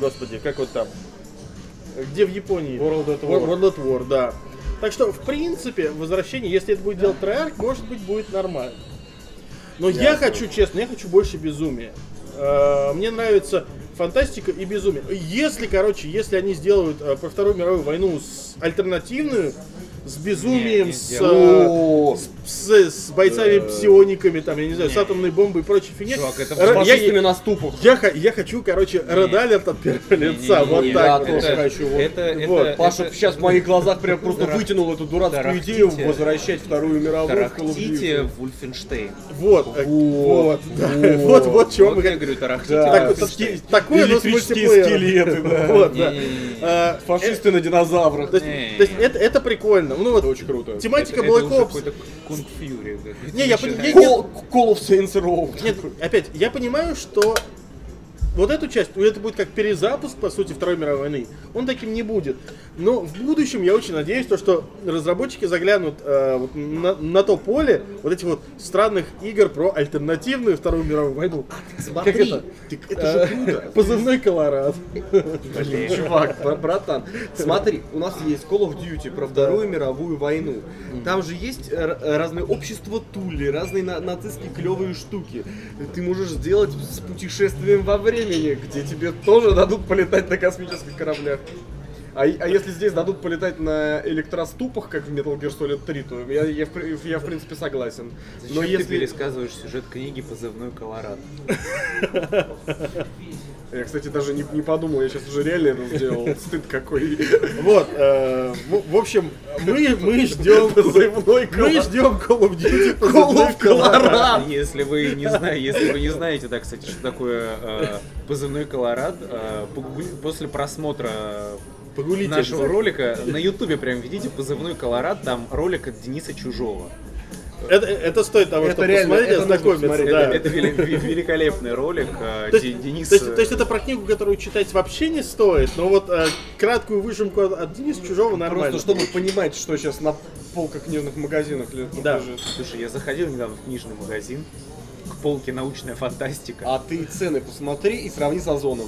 S2: Господи, как вот там? Где в Японии?
S5: World at War.
S2: World at War, да. Так что, в принципе, возвращение, если это будет делать Treyarch, может быть, будет нормально. Но я, хочу, честно, я хочу больше безумия. Э, Мне нравится фантастика и безумие. Если, короче, если они сделают э, про Вторую мировую войну с альтернативную, с
S3: Не,
S2: безумием,
S3: не
S2: с,
S3: сделают. Э,
S2: э, с, с- с бойцами-псиониками, там, я не знаю, с атомной бомбой и прочей фигней.
S3: Чувак, это
S2: Р- я,
S5: фашистами на ступах.
S2: я х- я хочу, короче, Редалерт от первого лица.
S3: Не-не-не,
S2: вот
S3: не,
S2: так
S5: я
S2: вот.
S5: тоже
S3: это-
S5: хочу, вот.
S3: это-
S2: Вот,
S3: это-
S5: Паша
S3: это-
S5: сейчас в моих глазах прям просто
S3: Тарах-
S5: вытянул эту дурацкую
S3: тарахтите.
S5: идею возвращать Вторую мировую в Call of
S3: Тарахтите
S5: Duty.
S3: в Вульфенштейн.
S2: Вот, э, вот,
S5: Вот,
S2: да, вот, вот, чего
S3: Вот
S2: мы
S3: я
S2: как
S3: говорю, тарахтите
S2: Так,
S3: в
S2: вот,
S3: Вульфенштейн.
S2: таки- такое у нас
S5: Электрические
S2: мультиплеер.
S5: скелеты, да.
S2: Вот, да.
S3: Не-не-не.
S2: А,
S5: Фашисты на динозаврах.
S2: То есть,
S3: Не.
S2: то есть это, это прикольно. Ну вот,
S5: Очень круто.
S2: тематика
S3: Это- это
S2: Black
S3: уже
S2: Ops.
S3: какой-то Кунг Фьюри. да.
S2: Не, я пони-
S3: Начинается.
S2: я-
S5: Call, Call of Saints Row.
S2: Нет, опять, я понимаю, что вот эту часть, ну, это будет как перезапуск, по сути, Второй мировой войны. Он таким не будет. Но в будущем я очень надеюсь, то, что разработчики заглянут э, вот на, на то поле вот этих вот странных игр про альтернативную Вторую мировую войну.
S7: смотри.
S2: Как это?
S5: это же круто.
S2: Э, Позывной Колорад.
S5: Блин, чувак, бра- братан, смотри, у нас есть Call of Duty про Вторую мировую войну. Там же есть э, р- разные общества Тули, разные на- нацистские клевые штуки. Ты можешь сделать с путешествием во времени, где тебе тоже дадут полетать на космических кораблях. А, и- а если здесь дадут полетать на электроступах, как в Metal Gear Solid 3, то я, я, в, при- я в принципе согласен.
S3: Зачем
S5: Но
S3: ты
S5: если...
S3: пересказываешь сюжет книги «Позывной Колорадо»?
S5: Я, кстати, даже не, не подумал, я сейчас уже реально это сделал. Стыд какой.
S2: Вот, э, в в общем, мы, мы
S5: Ну,
S2: ждем...
S5: Позывной
S2: Мы
S5: Колорад.
S2: ждем Call of Duty
S5: Call
S2: позывной
S5: of
S2: Колорад.
S5: Colorado.
S3: Если вы не знаете, если вы не знаете, да, кстати, что такое э, позывной Колорад, э, погугли- после просмотра э,
S2: Погулите
S3: нашего
S2: обязательно.
S3: ролика на Ютубе прям видите позывной Колорад, там ролик от Дениса Чужого.
S2: Это, это стоит того,
S5: Это
S2: чтобы
S5: реально,
S2: посмотреть и
S5: это нужно
S2: ознакомиться.
S5: посмотреть.
S2: да.
S3: Это, это вели- ве- великолепный ролик. э,
S2: То
S3: Де-
S2: есть,
S3: Денис.
S2: то есть-
S3: э,
S2: то есть это про книгу, которую читать вообще не стоит, но вот э, краткую выжимку от, от Дениса Чужого нормально.
S5: Просто чтобы понимать, что сейчас на полках книжных магазинах лежит.
S2: Да.
S5: лежит.
S3: э, Слушай, я заходил недавно в книжный магазин к полке научная фантастика.
S5: А ты цены посмотри и сравни с Озоном.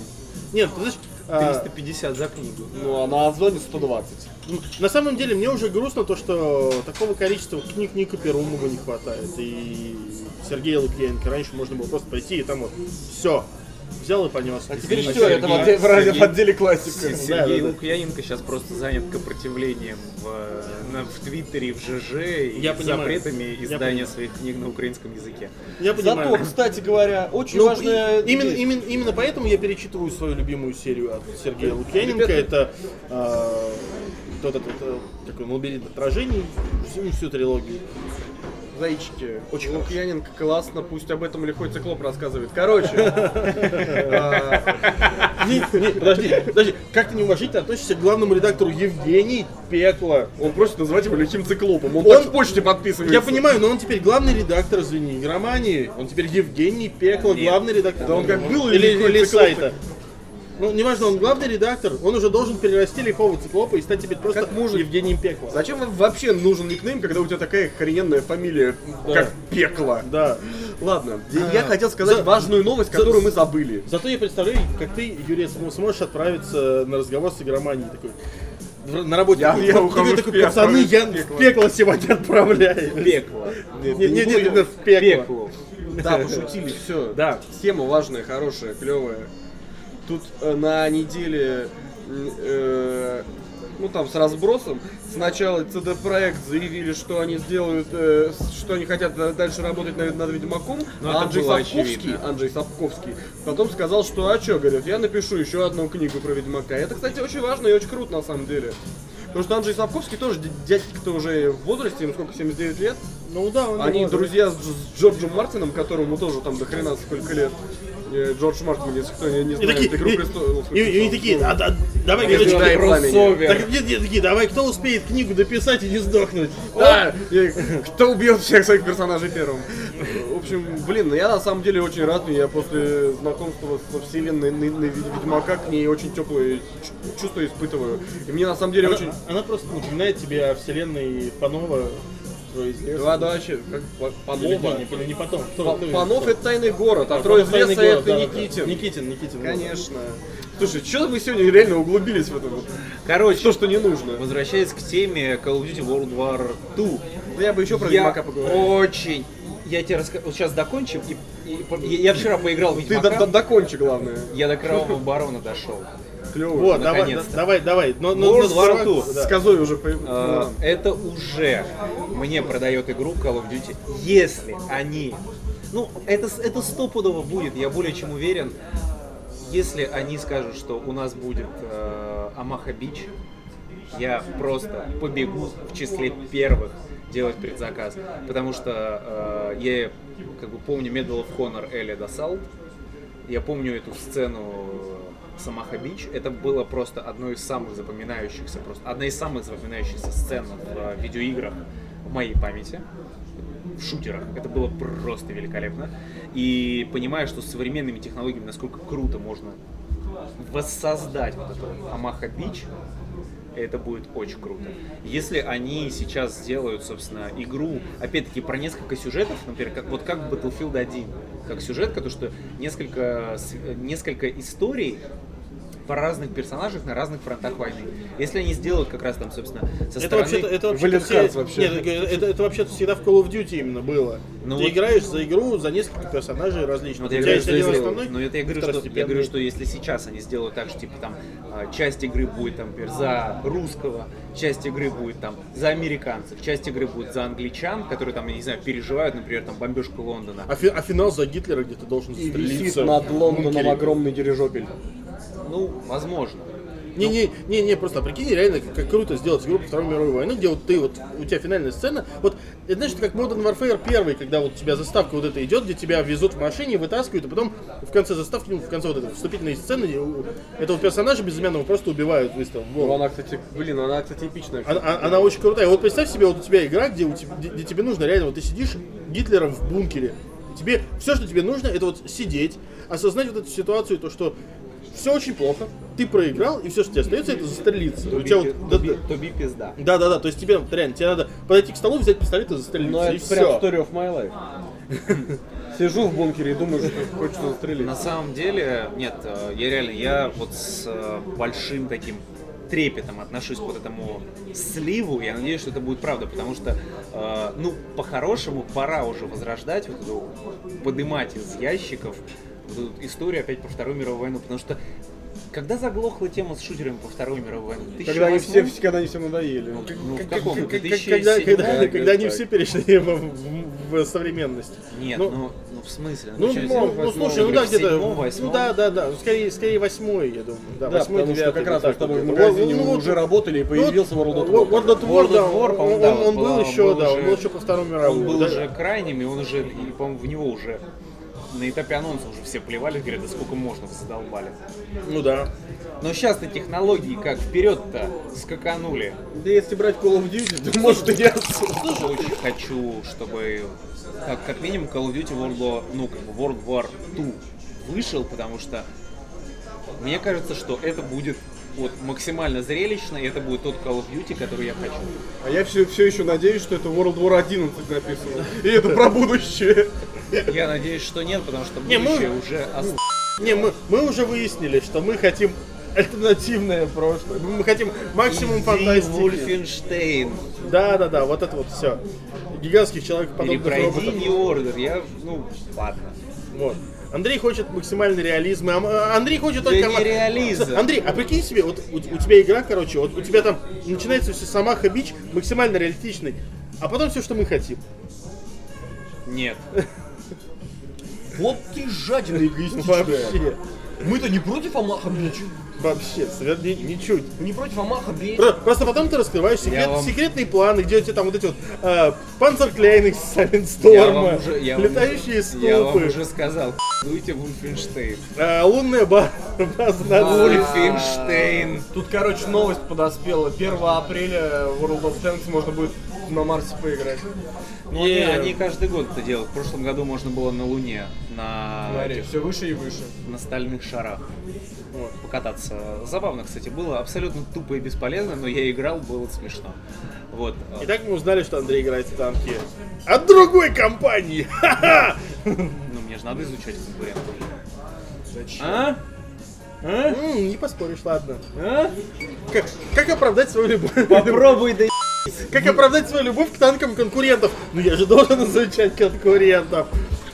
S2: Нет, ты знаешь, а,
S3: 350 за книгу.
S5: Ну а на Озоне 120.
S2: м, на самом деле мне уже грустно то, что такого количества книг Ника Перумова не хватает. И Сергея Лукьяненко. Раньше можно было просто пойти и там вот все. Взял и понес.
S5: А теперь
S3: Извини,
S5: все, это в отде- в
S3: Сергей.
S5: отделе, классика.
S3: С-
S2: Да,
S3: Сергей
S2: да, да.
S3: Лукьяненко сейчас просто занят копротивлением в, э, на- в Твиттере, в ЖЖ и
S2: Я понимаю.
S3: запретами
S2: Я
S3: издания
S2: понимаю.
S3: своих книг на украинском языке.
S2: Я понимаю.
S5: Зато, кстати говоря, очень
S2: Ну,
S5: важная...
S2: и- именно,
S5: вещь.
S2: именно, именно поэтому я перечитываю свою любимую серию от Сергея Лукьяненко. Это а, э, тот этот, э, как он, лабиринт отражений, всю, всю трилогию.
S5: Зайчики. Очень Лукьяненко классно, пусть об этом лихой циклоп рассказывает. Короче, э,
S2: Не, не, подожди, подожди. Как ты неуважительно относишься к главному редактору Евгений Пекло?
S5: он просит называть его лихим циклопом. Он,
S2: Он-
S5: так в почте подписывается.
S2: Я понимаю, но он теперь главный редактор, извини, громании. Он теперь Евгений Пекло, главный редактор.
S5: Да он как был
S2: или,
S5: Лихой
S2: или
S5: Циклоп,
S2: сайта. Ну, неважно, он главный редактор, он уже должен перерасти лихого циклопа и стать теперь просто
S5: Как мужик.
S2: Евгением Пекло.
S5: Зачем вообще нужен никнейм, когда у тебя такая охрененная фамилия,
S2: Да.
S5: как пекло?
S2: Да.
S5: Ладно, я хотел сказать
S2: за-
S5: важную новость,
S2: за-
S5: которую мы забыли.
S2: Зато я представляю, как ты, Юрий, см- сможешь отправиться на разговор с игроманией такой. в- На работе.
S5: Я-
S2: Ты-
S5: я
S2: ты
S5: ухожу
S2: такой,
S5: в пекло.
S2: пацаны, я в
S5: Пекло».
S2: пекло сегодня отправляю.
S3: Пекло.
S2: Нет, нет, нет, именно в пекло.
S3: Пекло.
S5: Да, пошутили, все.
S2: Да.
S5: Схема важная, хорошая, клевая. Тут э, на неделе, м, э, ну там с разбросом, сначала CD Проект заявили, что они сделают, э, с- что они хотят э, дальше работать над, над Ведьмаком,
S3: Ну,
S5: а
S3: это
S5: Анджей
S3: было
S5: Сапковский,
S3: очевидно.
S5: Анджей Сапковский потом сказал, что а чё, говорит, я напишу еще одну книгу про Ведьмака. Это, кстати, очень важно и очень круто на самом деле. Потому что Анджей Сапковский тоже дя- дядька-то уже в возрасте, ему сколько, 79 лет?
S2: Ну да, он
S5: Они
S2: его-
S5: друзья с, Дж- с Джорджем Мартином, которому тоже там до хрена сколько лет. Э, Джордж Мартин, если кто не, не
S2: И
S5: знает,
S2: такие,
S5: «Игру
S2: и-
S1: ну,
S5: престолов».
S2: и- и они такие, а, да, давай, короче,
S5: «Звезда и
S2: кто-
S5: пламени».
S2: так, нет, нет, такие, давай, кто успеет книгу дописать и не сдохнуть?
S5: Да, и кто убьет всех своих персонажей первым. В общем, блин, ну я на самом деле очень рад, я после знакомства со вселенной ны- ны- Ведьмака к ней очень теплые чувства испытываю. И мне на самом деле
S2: Она,
S5: очень...
S2: она просто напоминает тебе о вселенной Панова. твой известный.
S5: Да, да, вообще, как Па-
S2: Или
S5: Панова.
S2: не, или не потом. кто-
S5: Па-
S2: кто это?
S5: Панов это тайный город, а
S2: Панов
S5: трое из
S2: «Тайный
S5: леса
S2: город»,
S5: это
S2: да, да, да.
S5: Никитин.
S2: Никитин, Никитин.
S5: Конечно. Слушай, что вы сегодня реально углубились в это вот?
S3: Короче,
S5: То, что не нужно.
S3: возвращаясь к теме Call of Duty World War 2.
S5: Да я бы еще про
S3: Я
S5: Ведьмака поговорил.
S3: очень... Я тебе расскажу... Вот сейчас докончим. И, и- по- я, я вчера поиграл в
S5: Ты
S3: Ведьмака.
S5: до, до- докончи, главное.
S3: Я до Кровавого Барона дошел.
S5: Клево.
S2: Вот, давай, да-
S3: Наконец-то.
S2: давай, давай. Но, но,
S3: World
S2: но
S3: War
S2: сперва-
S3: II.
S2: да.
S5: С козой уже по...
S3: Э, Это уже мне продает игру Call of Duty, если они... Ну, это, с- это стопудово будет, я более чем уверен. Если они скажут, что у нас будет Амаха Бич, я просто побегу в числе первых делать предзаказ. Потому что э, я как бы помню Medal of Honor Элли Досалт. Я помню эту сцену Самаха Бич. Это было просто одно из самых запоминающихся, просто одна из самых запоминающихся сцен в э, видеоиграх в моей памяти в шутерах. Это было просто великолепно. И понимая, что с современными технологиями насколько круто можно воссоздать вот этого Амаха Бич, это будет очень круто. Если они сейчас сделают, собственно, игру, опять-таки, про несколько сюжетов, например, как, вот как Battlefield 1, как сюжетка, то что несколько, с- несколько историй, по разных персонажах на разных фронтах войны. Если они сделают как раз там, собственно, со
S2: Это
S3: стороны...
S2: вообще-то, это вообще-то
S5: Валент
S2: все-
S5: Хартс вообще.
S2: Нет, это, это- это вообще-то всегда в Call of Duty именно было.
S3: Ну
S2: Ты
S3: вот-
S2: играешь за игру за несколько персонажей различных.
S3: Ну, вот
S2: У
S3: я
S2: тебя
S3: говорю,
S2: есть
S3: что
S2: один
S3: если-
S2: основной,
S3: ну, это я говорю, что, я
S2: второстепенный.
S3: говорю, что если сейчас они сделают так, что типа там а, часть игры будет там например, за русского, часть игры будет там за американцев, часть игры будет за англичан, которые там, я не знаю, переживают, например, там бомбежку Лондона.
S2: А, фи- а финал за Гитлера, где ты должен
S5: И
S2: застрелиться. Ну,
S5: висит над
S2: в
S5: Лондоном
S2: бункере.
S5: огромный дирижопель.
S3: Ну, возможно.
S2: Не-не-не, просто прикинь, реально, как, как круто сделать игру по Второй мировой войны, где вот ты, вот у тебя финальная сцена, вот, это знаешь, это как Modern Warfare 1, когда вот у тебя заставка вот эта идет, где тебя везут в машине, вытаскивают, а потом в конце заставки, ну, в конце вот этой вступительной сцены где у этого персонажа безымянного просто убивают выстрелом в
S5: Ну,
S2: голову.
S5: она, кстати, блин, она, кстати, эпичная.
S2: Она, а- она очень крутая. Вот представь себе, вот у тебя игра, где, у тебя, где, где тебе нужно реально, вот ты сидишь Гитлером в бункере. Тебе все, что тебе нужно, это вот сидеть, осознать вот эту ситуацию, то, что все очень плохо, ты проиграл, и все, что тебе остается, это застрелиться. У тебя вот- да- да-
S3: Тоби пизда.
S2: да, да, да, то есть тебе вот реально, тебе надо подойти к столу, взять пистолет и застрелиться,
S5: Но
S2: и
S5: это
S2: все.
S5: прям story of my life. Сижу в бункере и думаю, что хочется застрелить.
S3: На самом деле, нет, э, я реально, я вот с э, большим таким трепетом отношусь к вот этому сливу. Я надеюсь, что это будет правда, потому что, э, ну, по-хорошему, пора уже возрождать, вот эту, подымать из ящиков вот эту историю опять про Вторую мировую войну, потому что Когда заглохла тема с шутерами по Второй мировой войне?
S5: Когда они все,
S3: 2008?
S5: когда они все надоели.
S3: Ну, в каком?
S2: Как- как-
S3: 2007?
S2: Когда, когда,
S7: да,
S2: когда они
S7: так.
S2: все перешли в, в- в современность.
S3: Нет,
S2: Ну,
S3: ну, ну, в смысле?
S2: Ну,
S3: через-
S2: ну, ну, слушай, ну да, где-то.
S3: Седьмом, восьмом?
S2: Ну да, да, да. Скорее, скорее восьмой, я думаю. Да,
S5: Да,
S2: восьмой,
S5: потому что
S2: девятый,
S5: как
S2: вот
S5: раз мы с
S2: так
S5: тобой в
S2: вот.
S5: магазине
S2: Ну, вот-
S5: уже работали и появился
S2: ну,
S5: World of
S2: Wo- World
S5: War.
S2: of War, да,
S3: World of War,
S2: он-
S3: по-моему,
S2: он,
S3: да,
S2: он
S3: вот
S2: был
S3: была-
S2: еще,
S3: был
S2: да, он
S3: уже-
S2: был еще по Второй мировой.
S3: Он был
S2: да.
S3: уже крайним, и он уже, и, по-моему, в него уже на этапе анонса уже все плевали, говорят, да сколько можно, вы задолбали.
S2: Ну да.
S3: Но сейчас-то технологии как вперед-то скаканули.
S5: Да если брать Call of Duty, то может и не отсюда.
S3: Очень хочу, чтобы как, как минимум Call of Duty World War, ну, как бы World War 2 вышел, потому что мне кажется, что это будет вот максимально зрелищно, и это будет тот Call of Duty, который я хочу.
S5: А я все, все еще надеюсь, что это World War 11 написано. И это про будущее.
S3: Я надеюсь, что нет, потому что
S2: Не, мы-
S3: будущее уже осталось.
S2: Не, мы, мы уже выяснили, что мы хотим альтернативное прошлое. Мы хотим максимум фантастики.
S3: Вульфенштейн.
S2: Да, да, да, вот это вот все. Гигантских человек
S3: Или
S2: подобных
S3: пройди
S2: роботов.
S3: New Order. Я, ну, ладно.
S2: Вот. Андрей хочет максимальный реализм. а м- а Андрей хочет
S3: Да
S2: только...
S3: не реализм.
S2: Андрей, а прикинь себе, вот у, у тебя игра, короче, вот у тебя там начинается все сама бич, максимально реалистичный, а потом все, что мы хотим.
S3: Нет.
S1: Вот ты жадина эгоистичная.
S2: Вообще.
S1: Мы-то не против Амаха, блядь.
S2: Вообще, совершенно ни- ничуть.
S1: Мы не против Амаха, блядь.
S2: Про- Просто потом ты раскрываешь секрет-
S3: Я вам-
S2: секретные планы, где у тебя там вот эти вот э, Панцерклейны с
S3: Я вам
S2: Сайленсторма,
S3: уже, я вам
S2: летающие
S3: уже- Я вам
S2: ступы,
S3: уже сказал, хуйте Вульфенштейн.
S2: э, лунная ба- база над
S5: А.
S3: Вульфенштейн.
S5: Тут, короче, новость подоспела. 1 апреля World of Tanks можно будет на Марсе поиграть.
S3: Ну, они, они каждый год это делают. В прошлом году можно было на Луне, на,
S5: Смотри,
S3: этих,
S5: все выше и выше.
S3: на стальных шарах вот, покататься. Забавно, кстати, было. Абсолютно тупо и бесполезно, но я играл, было смешно. Вот.
S2: И так мы узнали, что Андрей играет в танки от другой компании. Ха-ха!
S3: Ну, мне же надо изучать конкурентов. Зачем? А? А?
S2: М, Не Ну поспоришь, ладно.
S3: А?
S2: Как, как оправдать свою любовь?
S3: Попробуй да
S2: Как оправдать свою любовь к танкам конкурентов? Ну я же должен изучать конкурентов.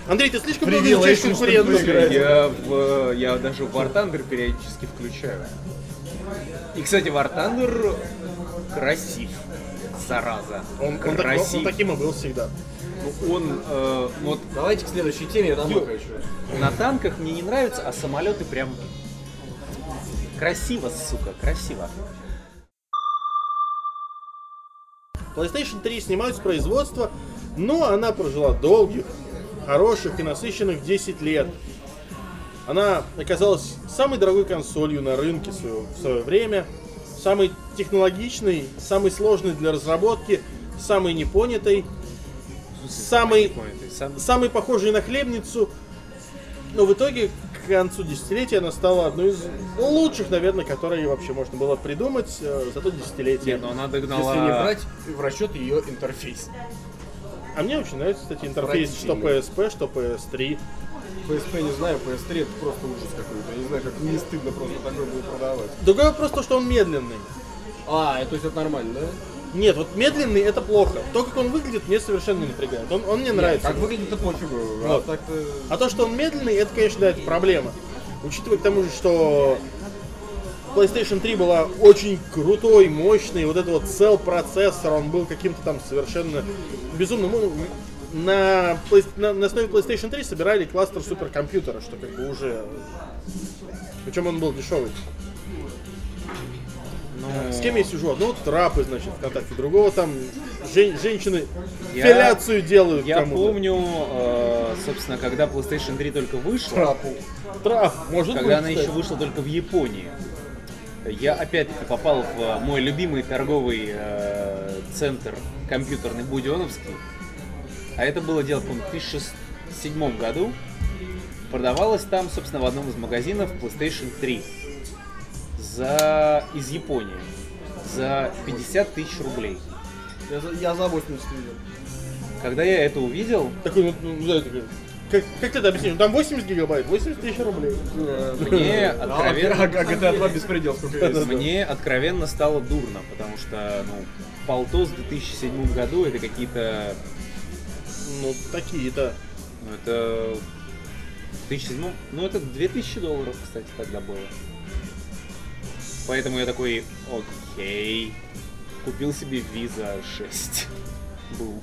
S2: Андрей, ты слишком много изучаешь конкурентов.
S3: Я, в, я даже War Thunder периодически включаю. И, кстати, War Thunder красив. Зараза.
S2: Он, он так- он- он
S3: красив.
S2: таким и был всегда.
S3: Ну, он, э, вот
S1: Давайте к следующей теме, я там
S3: на танках мне не нравится, а самолеты прям красиво, сука, красиво.
S2: PlayStation 3 снимают с производства, но она прожила долгих, хороших и насыщенных 10 лет. Она оказалась самой дорогой консолью на рынке своего- в свое время, самой технологичной, самой сложной для разработки, самой непонятой, самой,
S3: Какой-то сам-
S2: самой похожей на хлебницу. Но в итоге к концу десятилетия она стала одной из лучших, наверное, которые вообще можно было придумать э, за то десятилетие.
S3: Не, ну, но она догнала...
S1: Если не брать в расчет ее интерфейс.
S2: А мне очень нравится, кстати, интерфейс что
S1: Отвратительный.
S2: PSP, что PS3.
S5: PSP не знаю, PS3 это просто ужас какой-то. Я не знаю, как не стыдно просто такое будет продавать.
S2: Другой вопрос то, что он медленный.
S5: А, то есть это нормально, да?
S2: Нет, вот медленный это плохо. То, как он выглядит, мне совершенно не напрягает. Он, он мне нравится.
S5: Как выглядит это пофигу. А
S2: Вот.
S5: так-то...
S2: А то, что он медленный, это, конечно, да, это проблема. Учитывая к тому же, что PlayStation 3 была очень крутой, мощной, вот этот вот cell процессор, он был каким-то там совершенно безумным. Ну, На, Play- на, на основе PlayStation 3 собирали кластер суперкомпьютера, что как бы уже... Причем он был дешевый.
S3: Ну,
S2: С кем я сижу? Одного трапы, значит, ВКонтакте, другого там жен- женщины
S3: Я-
S2: филяцию делают
S3: Я
S2: кому-то.
S3: помню, э, собственно, когда PlayStation 3 только вышла,
S2: Трап, может
S3: когда
S2: быть,
S3: она
S2: кстати.
S3: еще вышла только в Японии. Я опять-таки попал в э, мой любимый торговый э, центр компьютерный Буденовский. А это было дело, по-моему, в 2007 году. Продавалась там, собственно, в одном из магазинов PlayStation 3 за... из Японии за 50 тысяч рублей.
S5: Я, за- я за 80 видел.
S3: Когда я это увидел,
S2: Такой, ну, ну, да, такой, Как, как ты это объяснишь? Ну, Там 80 гигабайт, 80 тысяч рублей.
S3: мне
S5: А, а а
S3: откровенно
S5: GTA 2 беспредел сколько есть.
S3: Мне откровенно стало дурно, потому что, ну, Полтос в 2007 году это какие-то,
S2: Ну, такие-то.
S3: ну, это... В 2007, ну, это 2000 долларов, кстати, тогда было. Поэтому я такой, окей, купил себе Visa 6. Бэушная.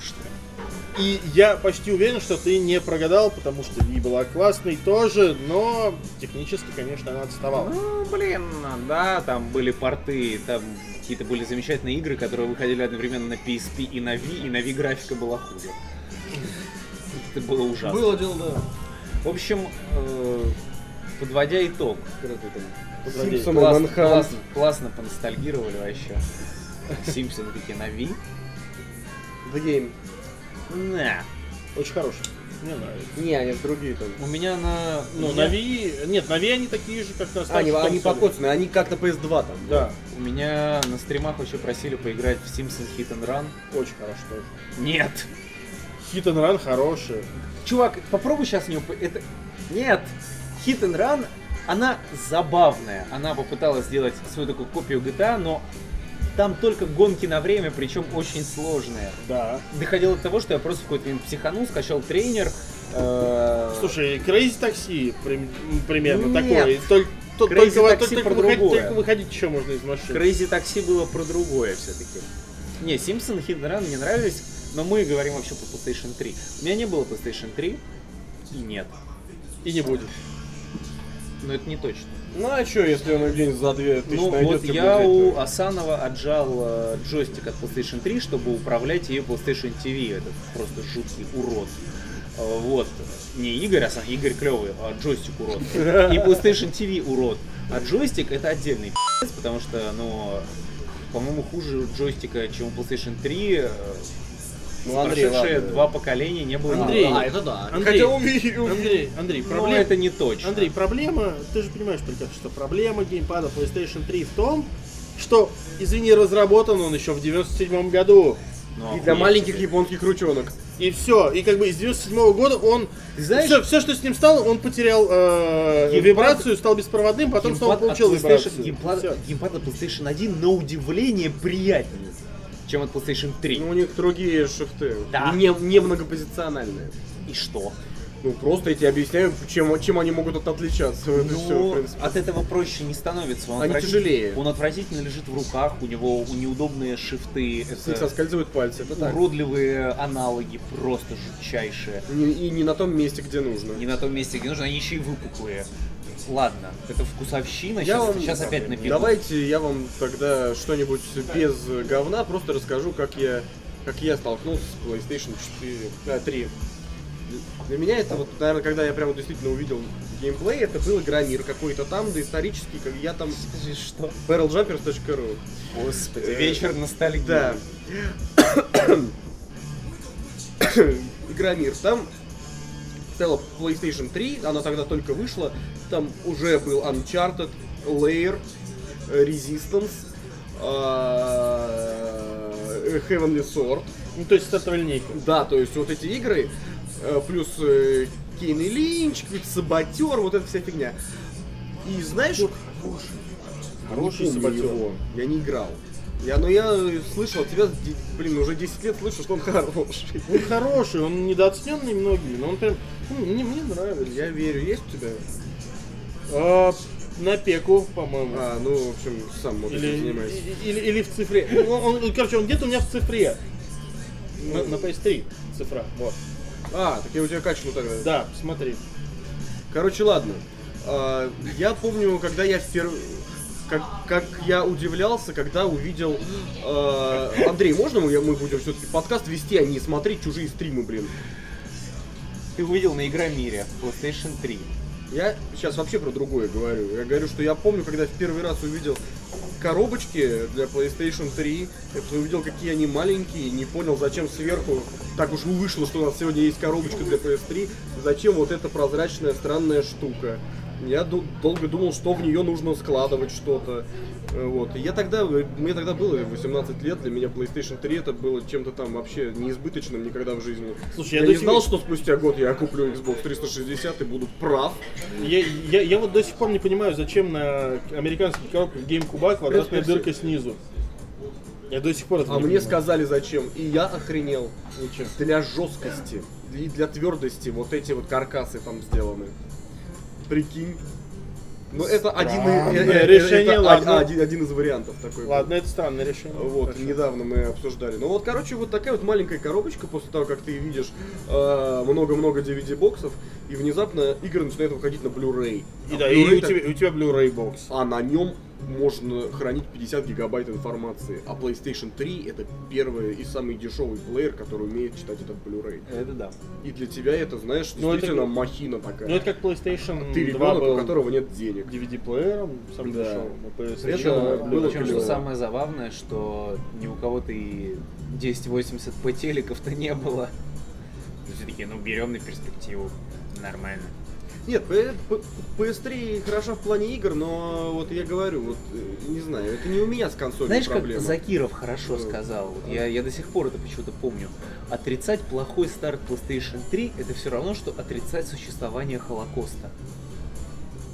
S2: И я почти уверен, что ты не прогадал, потому что Ви была классной тоже, но технически, конечно, она отставала.
S3: Ну, блин, да, там были порты, там какие-то были замечательные игры, которые выходили одновременно на PSP и на Wii, и на Wii графика была хуже. Это было ужасно.
S1: Было дело, да.
S3: В общем, э, подводя итог, когда ты там
S2: Подводя
S5: Симпсоны,
S3: класс-
S5: Манхант.
S3: классно, классно поностальгировали вообще. Симпсоны такие на Wii.
S1: The Game.
S3: Да.
S2: Очень хорошая. Мне нравится.
S1: Не, они же другие там.
S3: У меня на...
S2: Ну,
S3: у
S2: на
S3: меня-
S2: Wii... Нет, на Wii они такие же, как на
S1: А, они,
S2: старших
S1: они
S2: консолях.
S1: покоцаны, они как-то PS2 там. Ну,
S2: Да,
S3: У меня на стримах вообще просили поиграть в Simpsons Hit and Run.
S2: очень хорошо тоже.
S3: Нет.
S2: Hit and Run хорошие.
S3: Чувак, попробуй сейчас не уп- Это... Нет! Hit and Run, она забавная. Она попыталась сделать свою такую копию GTA, но там только гонки на время, причем очень сложные.
S2: Да.
S3: Доходило до того, что я просто в какой-то момент психанул, скачал тренер. э,
S2: Слушай, Crazy Taxi прим- м, примерно
S3: Нет.
S2: такое. Только, то-
S3: Crazy
S2: только,
S3: Taxi
S2: только,
S3: про
S2: выходить,
S3: другое.
S2: только выходить еще можно из машины.
S3: Crazy такси было про другое все-таки. Не, Симпсон, Hit and Run мне нравились, но мы говорим вообще про PlayStation 3. У меня не было PlayStation 3, и нет.
S2: И не будет.
S3: Но это не точно.
S5: Ну а чё, если он где-нибудь за 2000
S3: Ну вот
S5: найдёт, тебе
S3: я
S5: будет
S3: у
S5: это?
S3: Асанова отжал э, джойстик от PlayStation 3, чтобы управлять ее PlayStation TV. Это просто жуткий урод. Э, Вот. Не Игорь Асанов, Игорь клевый, а джойстик урод. И PlayStation TV урод. А джойстик это отдельный пи***ц, потому что, ну, по-моему, хуже джойстика, чем у PlayStation 3. э,
S1: Ну,
S3: за
S1: Андрей,
S3: прошедшие
S1: ладно.
S3: два поколения не было.
S2: Андрей.
S1: А, это да.
S2: Андрей,
S5: Хотя у Wii U.
S2: Андрей, Андрей,
S3: проблем.
S5: ну,
S2: проблема...
S3: Ну, это не точно.
S2: Андрей, проблема, ты же понимаешь прекрасно, что проблема геймпада PlayStation 3 в том, что, извини, разработан он еще в 97 году.
S3: Ну,
S5: И для
S3: охуеть
S5: маленьких
S3: тебе.
S5: японских ручонок.
S2: И все. И как бы с 97 года он...
S3: Ты знаешь-
S2: все, что с ним стало, он потерял э,
S3: Геймпад-
S2: вибрацию, стал беспроводным, потом снова
S3: Геймпад от
S2: получил
S3: PlayStation,
S2: вибрацию. Всё.
S3: геймпад, геймпад от PlayStation 1 на удивление приятнее, чем от PlayStation 3.
S5: Ну, у них другие шифты.
S3: Да.
S5: Не, не многопозициональные.
S3: и что?
S5: Ну, просто я тебе объясняю, чем, чем они могут от отличаться. Вот и всё, в
S3: Ну,
S5: принципе.
S3: от этого проще не становится. Он
S5: Они
S3: отвратит-
S5: тяжелее.
S3: Он отвратительно лежит в руках, у него у- неудобные шифты,
S5: С них
S3: это
S5: соскальзывают пальцы, это так.
S3: уродливые аналоги, просто жутчайшие.
S5: Не- и не на том месте, где нужно.
S3: Не на том месте, где нужно, они еще и выпуклые. Ладно, это вкусовщина,
S5: Я
S3: сейчас,
S5: вам-
S3: опять напишу.
S5: Давайте я вам тогда что-нибудь без говна просто расскажу, как я, как я столкнулся с PlayStation 4, а, 3. Для меня это вот, наверное, когда я прямо действительно увидел геймплей, это был громир какой-то там, да исторический, как я там...
S3: что?
S5: barreljumpers.ru
S3: Господи,
S5: Э,
S3: вечер ностальгии.
S5: Да. Игромир. Там стала PlayStation 3, она тогда только вышла. Там уже был Uncharted, Layer, э, Resistance, а, э, Heavenly Sword.
S2: Ну, то есть стартовая линейка.
S5: Да, то есть вот эти игры, э, плюс э, Кейн и Линч, какой-то Саботер, вот эта вся фигня. И знаешь...
S2: Хороший
S5: Не помню
S2: Саботер.
S5: его, Я не играл. Я, ну я э, слышал от тебя, де- блин, уже 10 лет слышу, что он хороший.
S2: Он хороший, он недооцененный многими, но он прям... ну, Мне, мне нравится.
S5: Я верю, есть у тебя?
S2: А, на пеку, по-моему.
S5: А, ну, в общем, сам вот
S2: или,
S5: этим занимаюсь.
S2: и- или, или в цифре. Ну, Он, он- короче, он где-то у меня в цифре. На, на PS3 цифра. Вот.
S5: А, так я у тебя качну тогда.
S2: Да, смотри.
S5: Короче, ладно. А, Я помню, когда я впервые... Как, как я удивлялся, когда увидел... э, Андрей, можно мы, мы будем все-таки подкаст вести, а не смотреть чужие стримы, блин?
S3: Ты увидел на Игромире PlayStation 3.
S5: Я сейчас вообще про другое говорю. Я говорю, что я помню, когда в первый раз увидел коробочки для PlayStation 3, это увидел, какие они маленькие, не понял, зачем сверху так уж вышло, что у нас сегодня есть коробочка для PS3, зачем вот эта прозрачная странная штука. Я ду- долго думал, что в нее нужно складывать что-то. Э, Вот. И я тогда, мне тогда было 18 лет, для меня PlayStation 3 это было чем-то там вообще неизбыточным никогда в жизни.
S2: Слушай,
S5: Я,
S2: я
S5: не
S2: до сих-
S5: знал, что спустя год я куплю Xbox 360 и буду прав.
S2: Я, я, я вот до сих пор не понимаю, зачем на американских коробках GameCube квадратная
S5: Принципе,
S2: дырка снизу. Я до сих пор это
S5: А
S2: не
S5: мне
S2: понимаю.
S5: сказали зачем, и я охренел.
S2: Ничего.
S5: Для жесткости и для твердости вот эти вот каркасы там сделаны. Прикинь. Ну, это один, и- э, э,
S2: Странное
S5: э,
S2: решение,
S5: это
S2: ладно.
S5: а- один, один из вариантов такой.
S2: Ладно, это странное решение.
S5: Вот,
S2: Хорошо.
S5: недавно мы обсуждали. Ну вот, короче, вот такая вот маленькая коробочка после того, как ты видишь э, много-много DVD-боксов, и внезапно игры начинают выходить на Blu-ray.
S2: И,
S5: А
S2: да, и
S5: Blu-ray
S2: у
S5: так-
S2: тебя, у тебя Blu-ray бокс.
S5: А на нем можно хранить 50 гигабайт информации. А PlayStation 3 это первый и самый дешевый плеер, который умеет читать этот Blu-ray.
S3: Это да.
S5: И для тебя это, знаешь,
S2: Ну, это
S5: действительно
S2: как-
S5: махина такая.
S2: Ну это как PlayStation
S5: А ты
S2: 2
S5: ребенок,
S2: был
S5: у которого нет денег.
S2: DVD-плеером, сам
S5: Да.
S2: дешевым, а PS3
S5: Это
S2: было
S5: было
S2: было
S5: чудо.
S3: Причем, что
S5: клево.
S3: самое забавное, что ни у кого-то и 1080p телеков-то не было. Все такие, ну берем на перспективу. Нормально.
S5: Нет, П- П- PS3 хороша в плане игр, но вот я говорю, вот э, не знаю, это не у меня с консолью
S3: Знаешь,
S5: проблема.
S3: как Закиров хорошо
S5: Да.
S3: сказал, вот я, я до сих пор это почему-то помню. Отрицать плохой старт PlayStation 3 это все равно, что отрицать существование Холокоста.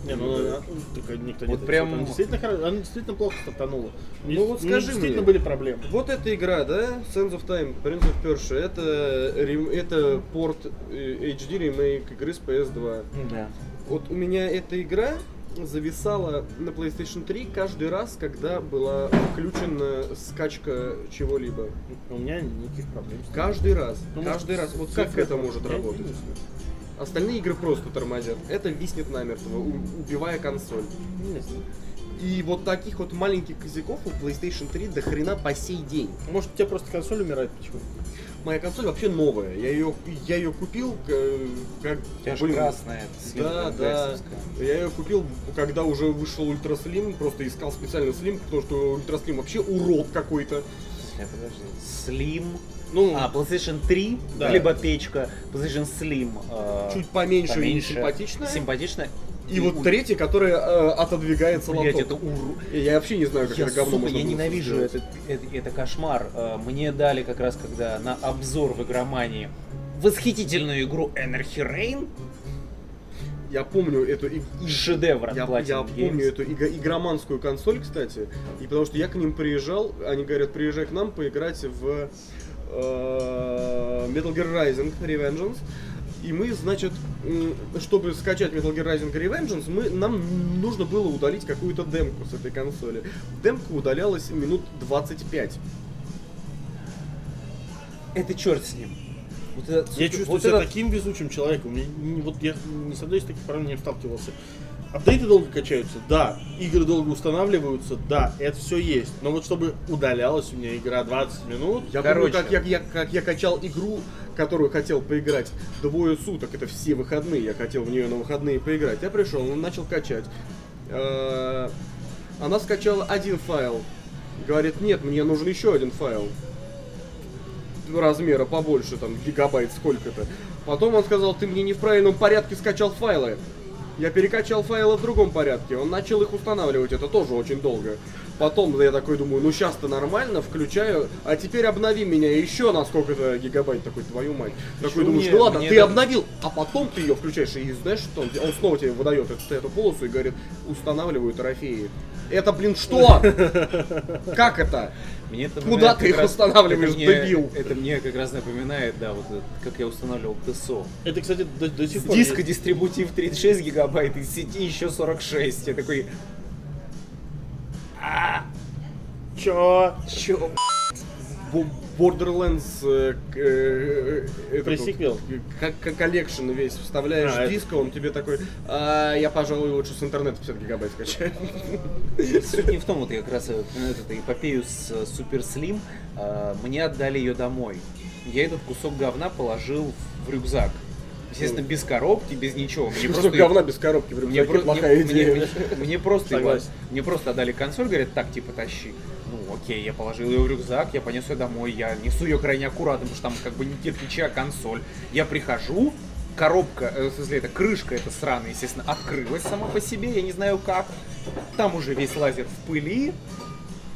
S2: Не, ну,
S5: Ну да.
S2: так никто
S3: Вот
S2: не
S3: прям-
S2: Она действительно, хоро- она действительно плохо стартанула.
S5: Ну вот
S2: Ну,
S5: скажи
S2: действительно
S5: мне.
S2: были проблемы.
S5: Вот эта игра, да, Sands of Time, Prince of Persia, это, рем- это порт э, HD ремейк игры с PS2.
S3: Да.
S5: Вот у меня эта игра зависала на PlayStation 3 каждый раз, когда была включена скачка чего-либо.
S2: У меня никаких проблем. с ним.
S5: Каждый раз,
S2: Ну, может,
S5: каждый раз. Вот как
S2: цифры
S5: это может
S2: просто, я не
S5: работать?
S2: знаю.
S5: Остальные игры просто тормозят. Это виснет намертво, у- убивая консоль.
S2: Не знаю.
S5: И вот таких вот маленьких козяков у PlayStation 3 до хрена по сей день.
S2: Может, у тебя просто консоль умирает почему?
S5: Ну, Моя консоль вообще новая. Я ее, я ее купил, э, как...
S3: У тебя же
S5: блин,
S3: красная,
S5: Да,
S3: сливка
S5: да.
S3: дэсовская.
S5: Я ее купил, когда уже вышел Ультра Слим, просто искал специально Слим, потому что Ультра Слим вообще урод какой-то.
S3: Слушай, подожди. Слим.
S2: Ну,
S3: А, PlayStation 3,
S2: Да.
S3: либо печка, PlayStation Slim. э,
S5: А. Чуть поменьше,
S3: поменьше.
S5: и симпатичная.
S3: Симпатично.
S5: И вот
S3: у-
S5: третий, который э, отодвигается
S3: Блядь,
S5: лоток.
S3: это ур...
S5: И Я вообще не знаю, как
S3: Я,
S5: это говно
S3: сука,
S5: можно
S3: я
S5: было
S3: ненавижу
S5: сделать.
S3: этот, это, это кошмар. Э, Мне дали как раз, когда на обзор в игромании восхитительную игру Energy Rain,
S5: Я помню эту иг-
S3: шедевр от
S5: Я,
S3: Platinum
S5: я помню
S3: Games.
S5: эту иго- игроманскую консоль, кстати, и потому что я к ним приезжал, они говорят, приезжай к нам поиграть в э, Metal Gear Rising Revengeance. И мы, значит, м, чтобы скачать Metal Gear Rising Revengeance, мы, нам нужно было удалить какую-то демку с этой консоли. Демка удалялась минут 25.
S3: Это черт с ним. Вот это, сука,
S2: я чувствую
S3: вот
S2: себя
S3: это-
S2: таким везучим человеком. Мне не- вот я не с одной из таких проблем не сталкивался. Апдейты долго качаются, да. Игры долго устанавливаются, да. Это все есть. Но вот чтобы удалялась у меня игра 20 минут,
S5: Я
S2: короче,
S5: помню, как я, я- как я качал игру, которую хотел поиграть двое суток, это все выходные, я хотел в нее на выходные поиграть. Я пришел, он начал качать. Э, Она скачала один файл. Говорит, нет, мне нужен еще один файл. Размера побольше, там, гигабайт сколько-то. Потом он сказал, ты мне не в правильном порядке скачал файлы. Я перекачал файлы в другом порядке. Он начал их устанавливать, это тоже очень долго. Потом я такой думаю, ну сейчас-то нормально, включаю, а теперь обнови меня еще на сколько-то гигабайт, такой, твою мать. Такой думаешь,
S3: мне-
S5: ну ладно,
S3: мне
S5: ты
S3: это-
S5: обновил, а потом ты ее включаешь, и знаешь, что он, де- он снова тебе выдает эту, эту полосу и говорит, устанавливаю трофеи. Это, блин, что? Как это?
S3: Мне это
S5: Куда
S3: напоминает как
S5: ты их
S3: раз-
S5: устанавливаешь,
S3: это мне-
S5: дебил?
S3: Это мне как раз напоминает, да, вот этот, как я устанавливал ТСО.
S2: это, кстати, до, до сих
S3: С
S5: Типа
S2: пор.
S3: диска
S2: есть.
S3: дистрибутив 36 гигабайт, из сети еще 46. Я такой,
S2: Чё?
S3: чё?
S5: Бо- Borderlands э, к- э, э, этот
S2: Пресиквел?
S5: вот, Как как коллекшн весь вставляешь
S2: А,
S5: в диск, а он тебе такой, «А, я, пожалуй, лучше с интернета 50 гигабайт скачаю.
S3: Суть не в том, вот я как раз э, эту эпопею с э, Супер Слим, э, мне отдали ее домой. Я этот кусок говна положил в рюкзак. Естественно, без коробки, без ничего. Мне
S5: Просто говна без коробки в
S3: мне,
S5: рюкзаке,
S3: про-
S5: плохая
S3: мне-
S5: идея.
S3: мне- мне просто его-
S2: Согласен.
S3: мне просто отдали консоль, говорят, так типа тащи. Ну окей, я положил ее в рюкзак, я понес ее домой, я несу ее крайне аккуратно, потому что там как бы не кирпичи, а консоль. Я прихожу, коробка, э, в смысле, эта крышка эта сраная, естественно, открылась сама по себе, я не знаю как. Там уже весь лазер в пыли,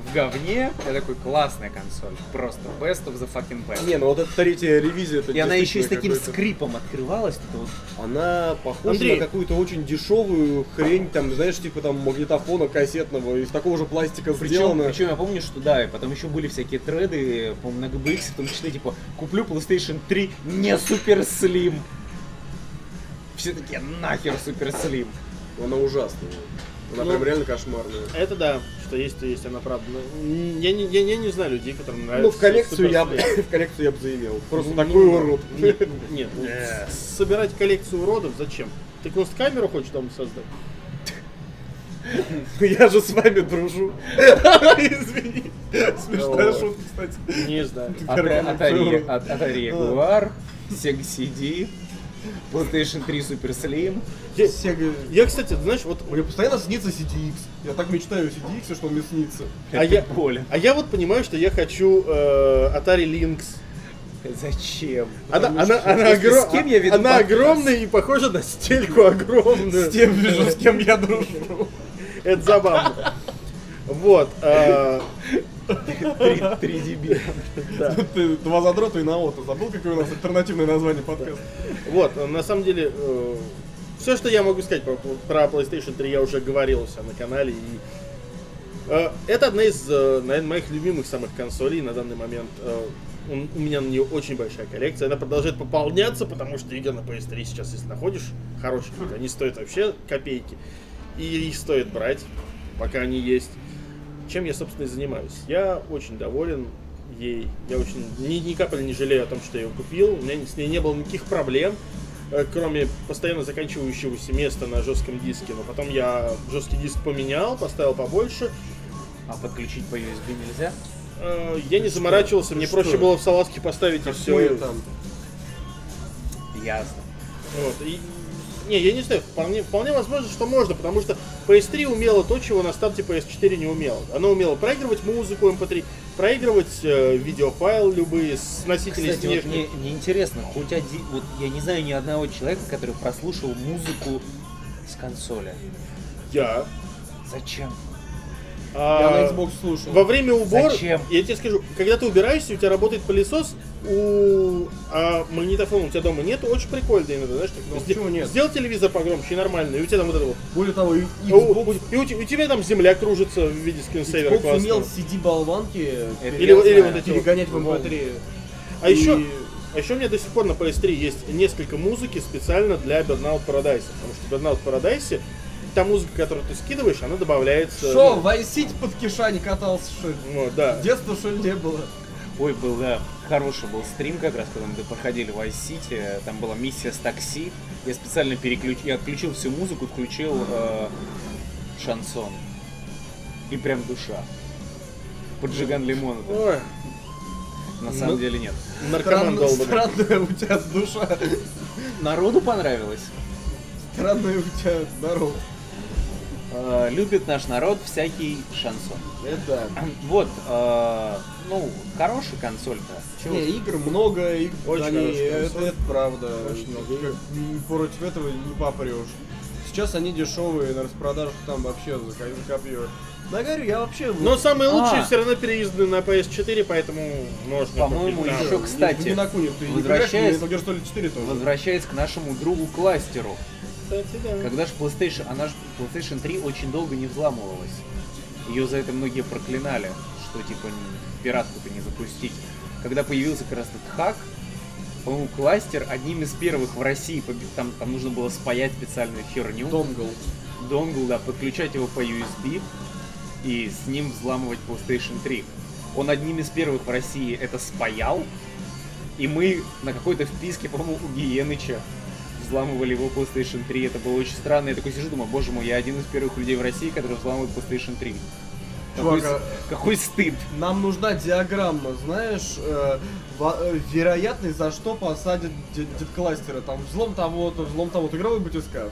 S3: в говне. Я такой, классная консоль, просто best of the fucking best.
S5: Не, ну вот эта третья ревизия, это
S3: И она еще и с таким
S5: действительно какой-то-
S3: скрипом открывалась, это вот
S5: Она похожа
S2: Андрей.
S5: на какую-то очень дешевую хрень, там, знаешь, типа там магнитофона кассетного, из такого же пластика
S3: Причем,
S5: сделано.
S3: причем я помню, что да, и потом еще были всякие треды, по-моему, на GBX, в том числе, типа, куплю PlayStation 3 не супер слим. Все такие, нахер супер слим.
S5: Она ужасная.
S1: Она
S2: Ну.
S1: прям реально кошмарная.
S2: Это да, что есть, то есть, она правда. Ну, м, Я не, я, я не знаю людей, которым нравится.
S1: Ну, в коллекцию я бы
S2: суперсвет.
S1: в коллекцию я бы заимел. Просто
S2: Ну,
S1: такой
S2: ну,
S1: урод.
S2: Нет, нет, ну, с- собирать коллекцию уродов зачем? Ты просто камеру хочешь дома создать?
S1: Я же с вами дружу. Извини. Смешная
S2: Ой.
S1: шутка, кстати.
S2: Не знаю.
S3: Atari At- Atari Jaguar, Sega CD, PlayStation 3 Super Slim.
S2: Я,
S1: Сега.
S2: я, кстати, знаешь, вот
S1: Мне постоянно снится CDX. Я так мечтаю о CDX, что он мне снится.
S2: А я-
S3: Болен.
S2: А я вот понимаю, что я хочу э, Atari Lynx.
S3: Зачем?
S2: Она, она, она,
S3: Если
S2: огро-
S3: с кем я веду
S2: она
S3: подкаст?
S2: огромная и похожа на стельку огромную.
S1: Тем вижу, с кем я дружу.
S2: Это забавно. Вот. э,
S3: Три дебила.
S2: да.
S1: Ты два задрота и наота. Забыл, какое у нас альтернативное название подкаста?
S2: Вот, э, на самом деле, все, что я могу сказать про, про PlayStation 3, я уже говорил у себя на канале. И, э, это одна из, э, наверное, моих любимых самых консолей на данный момент. Э, у, у меня на нее очень большая коллекция. Она продолжает пополняться, потому что игры на PS3 сейчас, если находишь, хорошие, игры, они стоят вообще копейки. И их стоит брать, пока они есть. Чем я, собственно, и занимаюсь. Я очень доволен ей. Я очень ни, ни капли не жалею о том, что я ее купил. У меня с ней не было никаких проблем, э, кроме постоянно заканчивающегося места на жестком диске. Но потом я жесткий диск поменял, поставил побольше.
S3: А подключить по USB нельзя?
S2: Э, Я не заморачивался, мне
S1: Что?
S2: проще было в салазке поставить и все.
S1: Ой, там.
S3: Ясно.
S2: Вот, и- Не, я не знаю, вполне, вполне возможно, что можно, потому что PS3 умела то, чего на старте PS4 не умела. Она умела проигрывать музыку MP3, проигрывать э, видеофайлы любые с носителей
S3: Кстати, вот
S2: снежных.
S3: мне, мне интересно, хоть один, вот я не знаю ни одного человека, который прослушал музыку с консоли.
S2: Я.
S3: Зачем?
S2: А,
S1: Я на Xbox слушал.
S2: Во время убора,
S3: Зачем?
S2: я тебе скажу, когда ты убираешься, у тебя работает пылесос, у а магнитофона у тебя дома нет, очень прикольно иногда, знаешь, как,
S1: Ну,
S2: сде-
S1: почему нет?
S2: сделал телевизор погромче и нормально, и у тебя там вот это вот,
S1: Более того, и-
S2: а у-
S1: Xbox
S2: и у, те- у тебя там земля кружится в виде скринсейвера
S1: Xbox умел
S2: классного.
S1: CD-болванки
S3: Это
S2: Или,
S3: я
S2: или
S3: знаю.
S2: вот эти вот.
S1: перегонять в MP3.
S2: А
S1: И
S2: еще, а еще у меня до сих пор на PS3 есть несколько музыки специально для Burnout Paradise, потому что в Burnout Paradise та музыка, которую ты скидываешь, она добавляется.
S1: Шо, Вайсить под киша не катался, что ли?
S2: Ну, да.
S1: Детства, что ли, не было?
S3: Ой, был, да, хороший был стрим как раз, когда мы проходили в Vice City, там была миссия с такси. Я специально переключил, я отключил всю музыку, включил э, шансон. И прям душа. Поджиган лимона.
S2: Ой,
S3: На самом деле нет.
S2: наркоман
S1: Странно-
S2: долбанный.
S1: Странная у тебя душа.
S3: Народу понравилось.
S1: Странная у тебя здорово.
S3: Э, любит наш народ всякий шансон.
S1: Это
S3: Вот, э, ну, хорошая консоль-то.
S1: да. Не, игр много, игр
S2: Очень
S1: за ней,
S2: хорошая
S1: это,
S2: консоль.
S1: это правда. Как- м, Против этого не попрешь. Сейчас они дешевые, на распродажах там вообще за ко- за копье. Да говорю, я вообще... вот
S2: Но самые лучшие
S3: А.
S2: все равно переезды на PS4, поэтому можно.
S3: По-моему,
S2: купить, да.
S3: еще,
S1: не-
S3: кстати,
S1: не накунет, ты ну, не
S3: возвращаясь-
S1: играешь, мне Metal Gear Solid 4 тоже.
S3: Возвращаясь к нашему другу кластеру.
S2: Кстати, да.
S3: Когда же PlayStation, она же PlayStation 3 очень долго не взламывалась. Ее за это многие проклинали, что типа н- пиратку-то не запустить. Когда появился как раз этот хак, по-моему, кластер одним из первых в России, побе- там, там нужно было спаять специальную херню,
S1: Донгл.
S3: донгл, да, подключать его по USB и с ним взламывать PlayStation 3. Он одним из первых в России это спаял, и мы на какой-то вписке, по-моему, у Гиеныча взламывали его PlayStation 3. Это было очень странно. Я такой сижу, думаю, боже мой, я один из первых людей в России, которые взламывают PlayStation 3. Какой,
S1: Чувак,
S3: с- какой стыд.
S1: Нам нужна диаграмма, знаешь, э, во- э, вероятность, за что посадят дед- дедкластера. Там взлом того-то, взлом того-то. Игровой батискаф.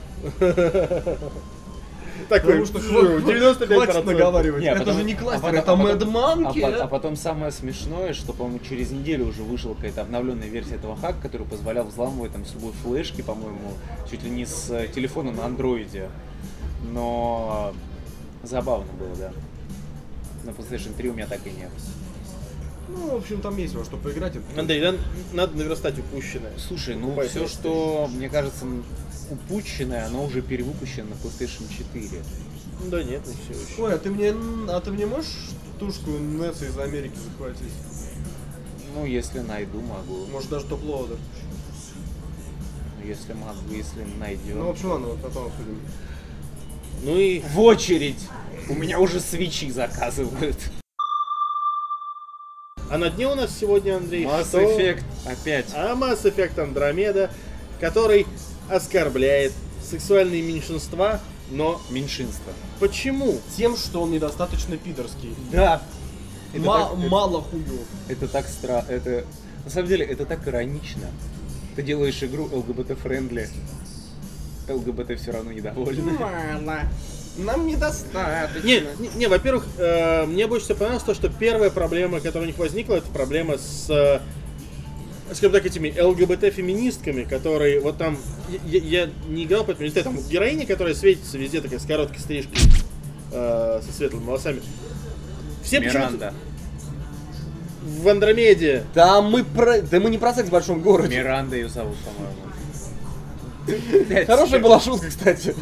S2: Такой,
S1: Потому что
S2: фу,
S1: хватит,
S2: 95%.
S1: хватит наговаривать.
S3: Не, а
S1: это
S3: потом-
S1: же не кластер,
S3: а потом-
S1: это
S3: а потом-
S1: Mad Monkey. э?
S3: А, по- а потом самое смешное, что, по-моему, через неделю уже вышла какая-то обновленная версия этого хака, который позволял взламывать там с любой флешки, по-моему, чуть ли не с э, телефона на андроиде. Но э, забавно было, да. На PlayStation 3 у меня так и нет.
S1: Ну, в общем, там есть во что поиграть. Это-
S2: Андрей, да, надо наверстать упущенное.
S3: Слушай, ну
S2: Покупай
S3: все,
S2: PlayStation.
S3: что, мне кажется, м, упущенное, оно уже перевыпущено на PlayStation 4.
S2: Да нет, не все еще.
S1: Ой, а ты мне, н- а ты мне можешь тушку Несса из Америки захватить?
S3: Ну, если найду, могу.
S1: Может, даже топ-лоудер.
S3: Если могу, если найдем.
S5: Ну,
S1: Ну, в общем, ладно, вот потом обсудим.
S2: Ну и
S3: В очередь. У меня уже свечи заказывают.
S2: а на дне у нас сегодня, Андрей,
S3: Mass
S2: что?
S3: Effect опять.
S2: А Mass Effect Andromeda, который оскорбляет сексуальные меньшинства, но
S3: Меньшинство.
S2: почему?
S1: Тем, что он недостаточно пидорский.
S3: Да. Это,
S1: Ма-
S3: так,
S1: мало хуёв.
S3: это, это так стра... Это... На самом деле, это так иронично. Ты делаешь игру ЛГБТ-френдли. ЛГБТ все равно
S5: Ну,
S3: недовольны.
S1: Нам недостаточно.
S2: Не, не, не, во-первых, э, мне больше всего понравилось то, что первая проблема, которая у них возникла, это проблема с, э, скажем так, этими ЛГБТ-феминистками, которые вот там, я, я- я не играл, поэтому не знаю, там героиня, которая светится везде такая с короткой стрижкой, э, со светлыми волосами. Все почему-то
S3: Миранда.
S2: в Андромеде
S5: Да мы про... Да мы не про секс в большом городе.
S3: Миранда ее зовут, по-моему.
S5: Хорошая была шутка, кстати.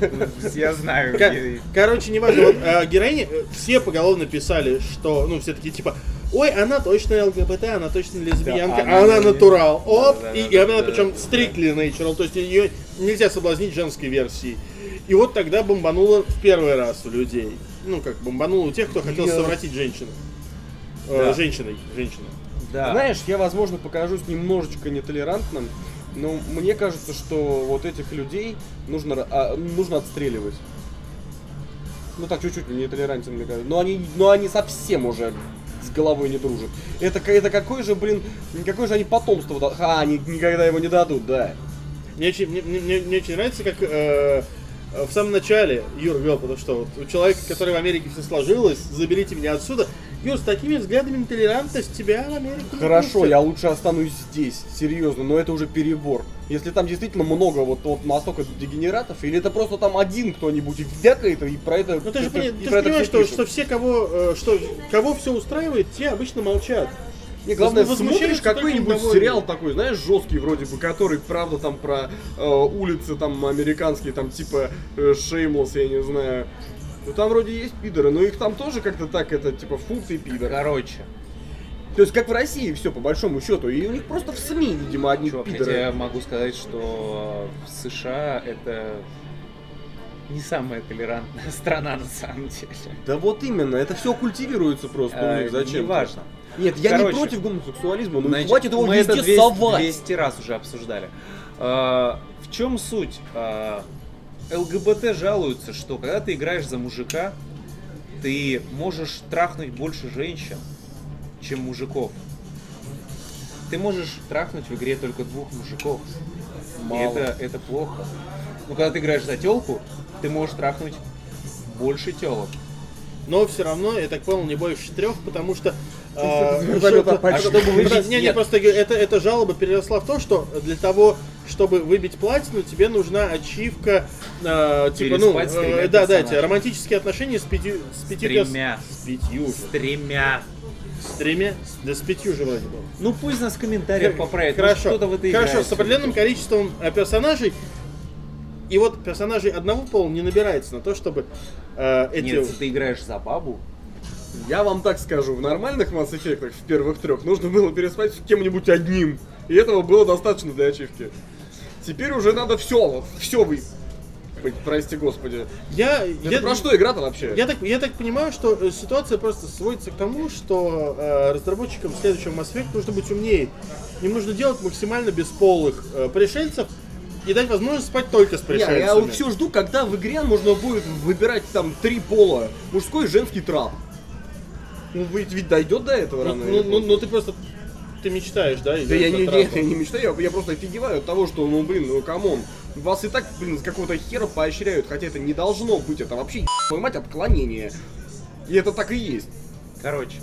S3: Я знаю.
S2: Ко-
S3: я-
S2: Короче, неважно, вот э, героини э, все поголовно писали, что, ну, все такие типа, ой, она точно ЛГБТ, она точно лесбиянка,
S3: она
S2: а она
S3: не-
S2: натурал, оп,
S3: Да-да-да-да-да-да.
S2: и, и она причем strictly natural, то есть ее нельзя соблазнить женской версией. И вот тогда бомбануло в первый раз у людей. Ну, как бомбануло у тех, кто хотел совратить женщину. Э,
S3: Да.
S2: Женщиной, женщину.
S3: Да.
S5: Знаешь, я, возможно, покажусь немножечко нетолерантным, но мне кажется, что вот этих людей нужно, ра- а, нужно отстреливать. Ну так, чуть-чуть нетолерантен, мне кажется. Но они, но они совсем уже с головой не дружат. Это, ка- это какое же, блин, какое же они потомство да- А, они никогда его не дадут, да.
S2: Мне очень, мне, мне- мне- мне очень нравится, как э, э, в самом начале Юр вел, потому что вот у человека, который в Америке все сложилось, заберите меня отсюда. Юр, с такими взглядами на толерантность тебя в Америке не
S5: Хорошо,
S2: пустят.
S5: я лучше останусь здесь, серьезно, но это уже перебор. Если там действительно много вот, вот настолько дегенератов, или это просто там один кто-нибудь и вякает, и про это...
S2: Ну ты же,
S5: и про-
S2: пони-
S5: и
S2: ты же
S5: про это
S2: понимаешь, что,
S5: все пишут.
S2: что все, кого, э, что, кого все устраивает, те обычно молчат.
S5: Не, главное,
S2: возмущаются
S5: смотришь
S2: только
S5: какой-нибудь
S2: недовольные.
S5: сериал такой, знаешь, жесткий вроде бы, который, правда, там про э, улицы там американские, там типа Шеймлос, я не знаю. Ну там вроде есть пидоры, но их там тоже как-то так, это типа фу ты пидор.
S3: Короче,
S5: То есть как в России все по большому счету, и у них просто в СМИ, видимо, одни
S3: чувак, я
S5: пидоры.
S3: тебе могу сказать, что в США это не самая толерантная страна на самом деле.
S5: Да вот именно, это все культивируется просто у
S3: А,
S5: них, зачем?
S3: Неважно.
S5: Нет, я
S3: Короче.
S5: не против гомосексуализма, но
S3: Значит,
S5: Ну, хватит его
S3: мы
S5: везде
S3: это 200,
S5: совать.
S3: 200 раз уже обсуждали. А, в чем суть? А, ЛГБТ жалуются, что когда ты играешь за мужика, ты можешь трахнуть больше женщин, чем мужиков. Ты можешь трахнуть в игре только двух мужиков. И это, это плохо. Но когда ты играешь за телку, ты можешь трахнуть больше телок.
S2: Но все равно, я так понял, не больше четырех, потому что... э,
S5: вертолета
S2: что-
S5: пальчик.
S2: чтобы
S5: Чтобы
S2: выбить-
S5: выбить,
S2: Не, не,
S5: нет.
S2: просто говорю, это, эта жалоба переросла в то, что для того, чтобы выбить платину, тебе нужна ачивка, э, типа, ну,
S3: Переспать с тремя
S2: э, да, да,
S3: персонажами.
S2: эти романтические отношения с пятью, с пятью перс-
S3: тремя.
S2: с пятью,
S3: С тремя.
S2: с тремя, с- да с пятью же вроде бы.
S3: Ну пусть нас в комментариях поправит. может,
S2: Хорошо,
S3: кто-то Ну, в это
S2: хорошо,
S3: играет.
S2: с определенным количеством э, персонажей. И вот персонажей одного пола не набирается на то, чтобы э, эти...
S3: Нет, если ты играешь за бабу,
S5: Я вам так скажу, в нормальных Mass Effect'ах, в первых трех, нужно было переспать с кем-нибудь одним. И этого было достаточно для ачивки. Теперь уже надо все, все вы... Ой, Прости господи.
S2: Я,
S5: Это
S2: я,
S5: про что игра-то вообще?
S2: Я так, я так понимаю, что э, ситуация просто сводится к тому, что э, разработчикам следующего Mass Effect нужно быть умнее. Им нужно делать максимально бесполых э, пришельцев и дать возможность спать только с
S5: Не,
S2: пришельцами.
S5: я вот все жду, когда в игре можно будет выбирать там три пола. Мужской и женский трап. Ну, ведь, ведь дойдет до этого
S2: ну,
S5: рано
S2: ну,
S5: или
S2: ну,
S5: поздно.
S2: ну ты просто ты мечтаешь, да?
S5: Да
S2: идёшь
S5: я
S2: на
S5: не, не,
S2: трапу.
S5: я не мечтаю, я, я просто офигеваю от того, что, ну блин, ну камон, вас и так, блин, с какого-то хера поощряют, хотя это не должно быть, это вообще, твою мать, отклонение. И это так и есть.
S3: Короче,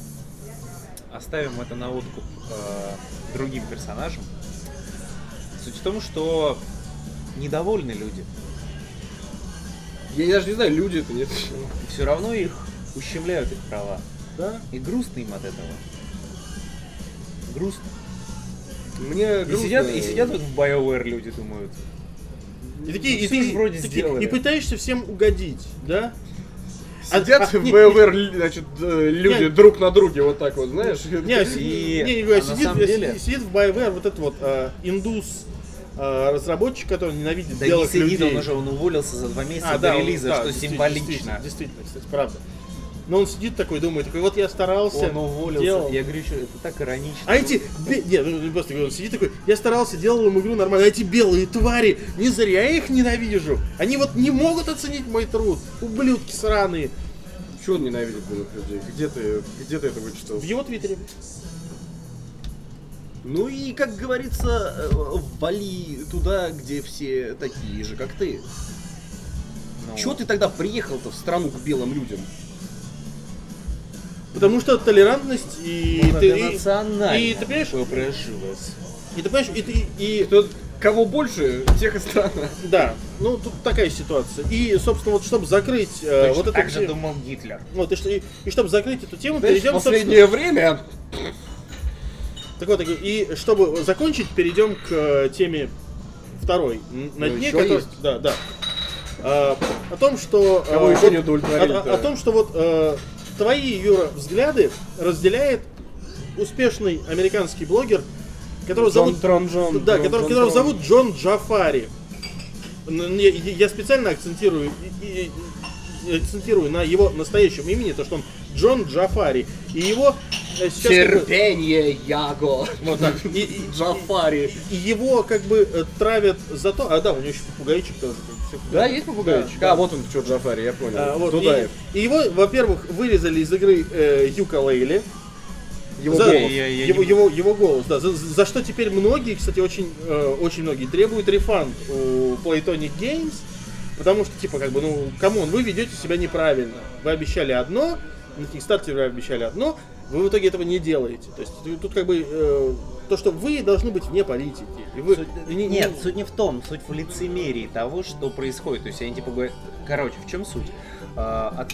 S3: оставим это на откуп э, другим персонажам. Суть в том, что недовольны люди.
S5: Я, даже не знаю, люди это нет.
S3: И все равно их ущемляют их права.
S2: Да?
S3: И грустно им от этого. Грустно.
S5: Мне
S3: И
S5: грустно.
S3: сидят, и сидят вот в BioWare люди думают.
S2: И такие,
S3: Ну,
S2: и
S3: всё
S2: ты
S3: же вроде
S2: такие,
S3: сделали.
S2: и пытаешься всем угодить, да?
S5: Сидят
S2: А- а,
S5: в
S2: не-
S5: BioWare, ли- значит, э, люди
S2: Не.
S5: друг на друге вот так вот, знаешь?
S2: Не,
S5: Это-
S2: си-
S3: И-
S2: не, не говорю,
S3: а на
S2: сидит,
S3: самом
S2: сидит-
S3: деле-
S2: сидит в BioWare вот этот вот э, индус э, разработчик, который ненавидит
S7: Да не
S2: белых
S7: сидит
S2: людей.
S7: он уже, он уволился за два месяца
S2: А,
S7: до
S2: да, он-
S7: релиза,
S2: да,
S7: что
S2: действи-
S7: символично.
S2: Действительно, действительно, кстати, правда. Но он сидит такой, думает, такой, вот я старался,
S7: Он уволился.
S2: делал.
S7: Я говорю, что это так иронично.
S2: А эти... бе- Не, ну, просто говорю, он сидит такой, я старался, делал им игру нормально, а эти белые твари, не зря я их ненавижу. Они вот не могут оценить мой труд, ублюдки сраные.
S5: Чего он ненавидит белых людей? Где ты, где ты это вычитал?
S2: В его твиттере.
S7: Ну и, как говорится, э, вали туда, где все такие же, как ты. Чего Ну, ты тогда приехал-то в страну к белым людям?
S2: Потому что толерантность и...
S7: Надо
S2: ты- и-
S7: национально
S2: и ты понимаешь,
S7: попрожилась.
S2: И ты понимаешь, и ты, и,
S5: Кто- кого больше, тех и страна.
S2: да, ну тут такая ситуация. И, собственно, вот чтобы закрыть э, вот
S3: Вот
S2: эту
S3: так же
S2: тему-
S3: думал Гитлер.
S2: вот, и, что- и- и чтобы закрыть эту тему,
S5: Знаешь, в
S2: перейдем,
S5: последнее время
S2: собственно- так вот, я говорю, и чтобы закончить, перейдем к э, теме второй м, на
S5: Ну,
S2: дне,
S5: ещё
S2: которая-
S5: есть.
S2: да, да, А, о том, что э,
S5: Кого ещё
S2: вот-
S5: не удовлетворили,
S2: о- о-
S5: да.
S2: о том, что вот э, твои Юра взгляды разделяет успешный американский блогер, которого
S5: Джон
S2: зовут
S5: Трон Джон,
S2: Да,
S5: Джон
S2: который-
S5: Трон
S2: которого
S5: Трон.
S2: зовут Джон Джафари. Ну, не, Я, я специально акцентирую, и- и- и- акцентирую на его настоящем имени, то, что он Джон Джафари. И его э, сейчас... как бы-
S7: Терпение, Яго.
S2: Вот так. И, и-
S7: Джафари.
S2: и его как бы э, травят за то... А, да, у него еще попугайчик тоже. как бы, всё-
S5: Да, есть попугайчик?
S2: Да.
S5: А, вот он, что, Джафари, я понял.
S2: А, вот,
S5: Туда
S2: и, и его, во-первых, вырезали из игры э, Юка Лейли.
S5: Его
S2: За-
S5: голос.
S3: Я- я
S2: его,
S3: не-
S2: его- его голос, да. За, за что теперь многие, кстати, очень, э, очень многие требуют рефанд у Playtonic Games, потому что, типа, как бы, ну, камон, вы ведете себя неправильно. Вы обещали одно, на Kickstarter вы обещали одно, вы в итоге этого не делаете. То есть ты- тут как бы э, то, что вы должны быть вне политики. И вы- и не-
S3: Нет,
S2: не-
S3: суть не в том, суть в лицемерии того, что происходит. То есть они типа говорят, короче, в чем суть? А, от-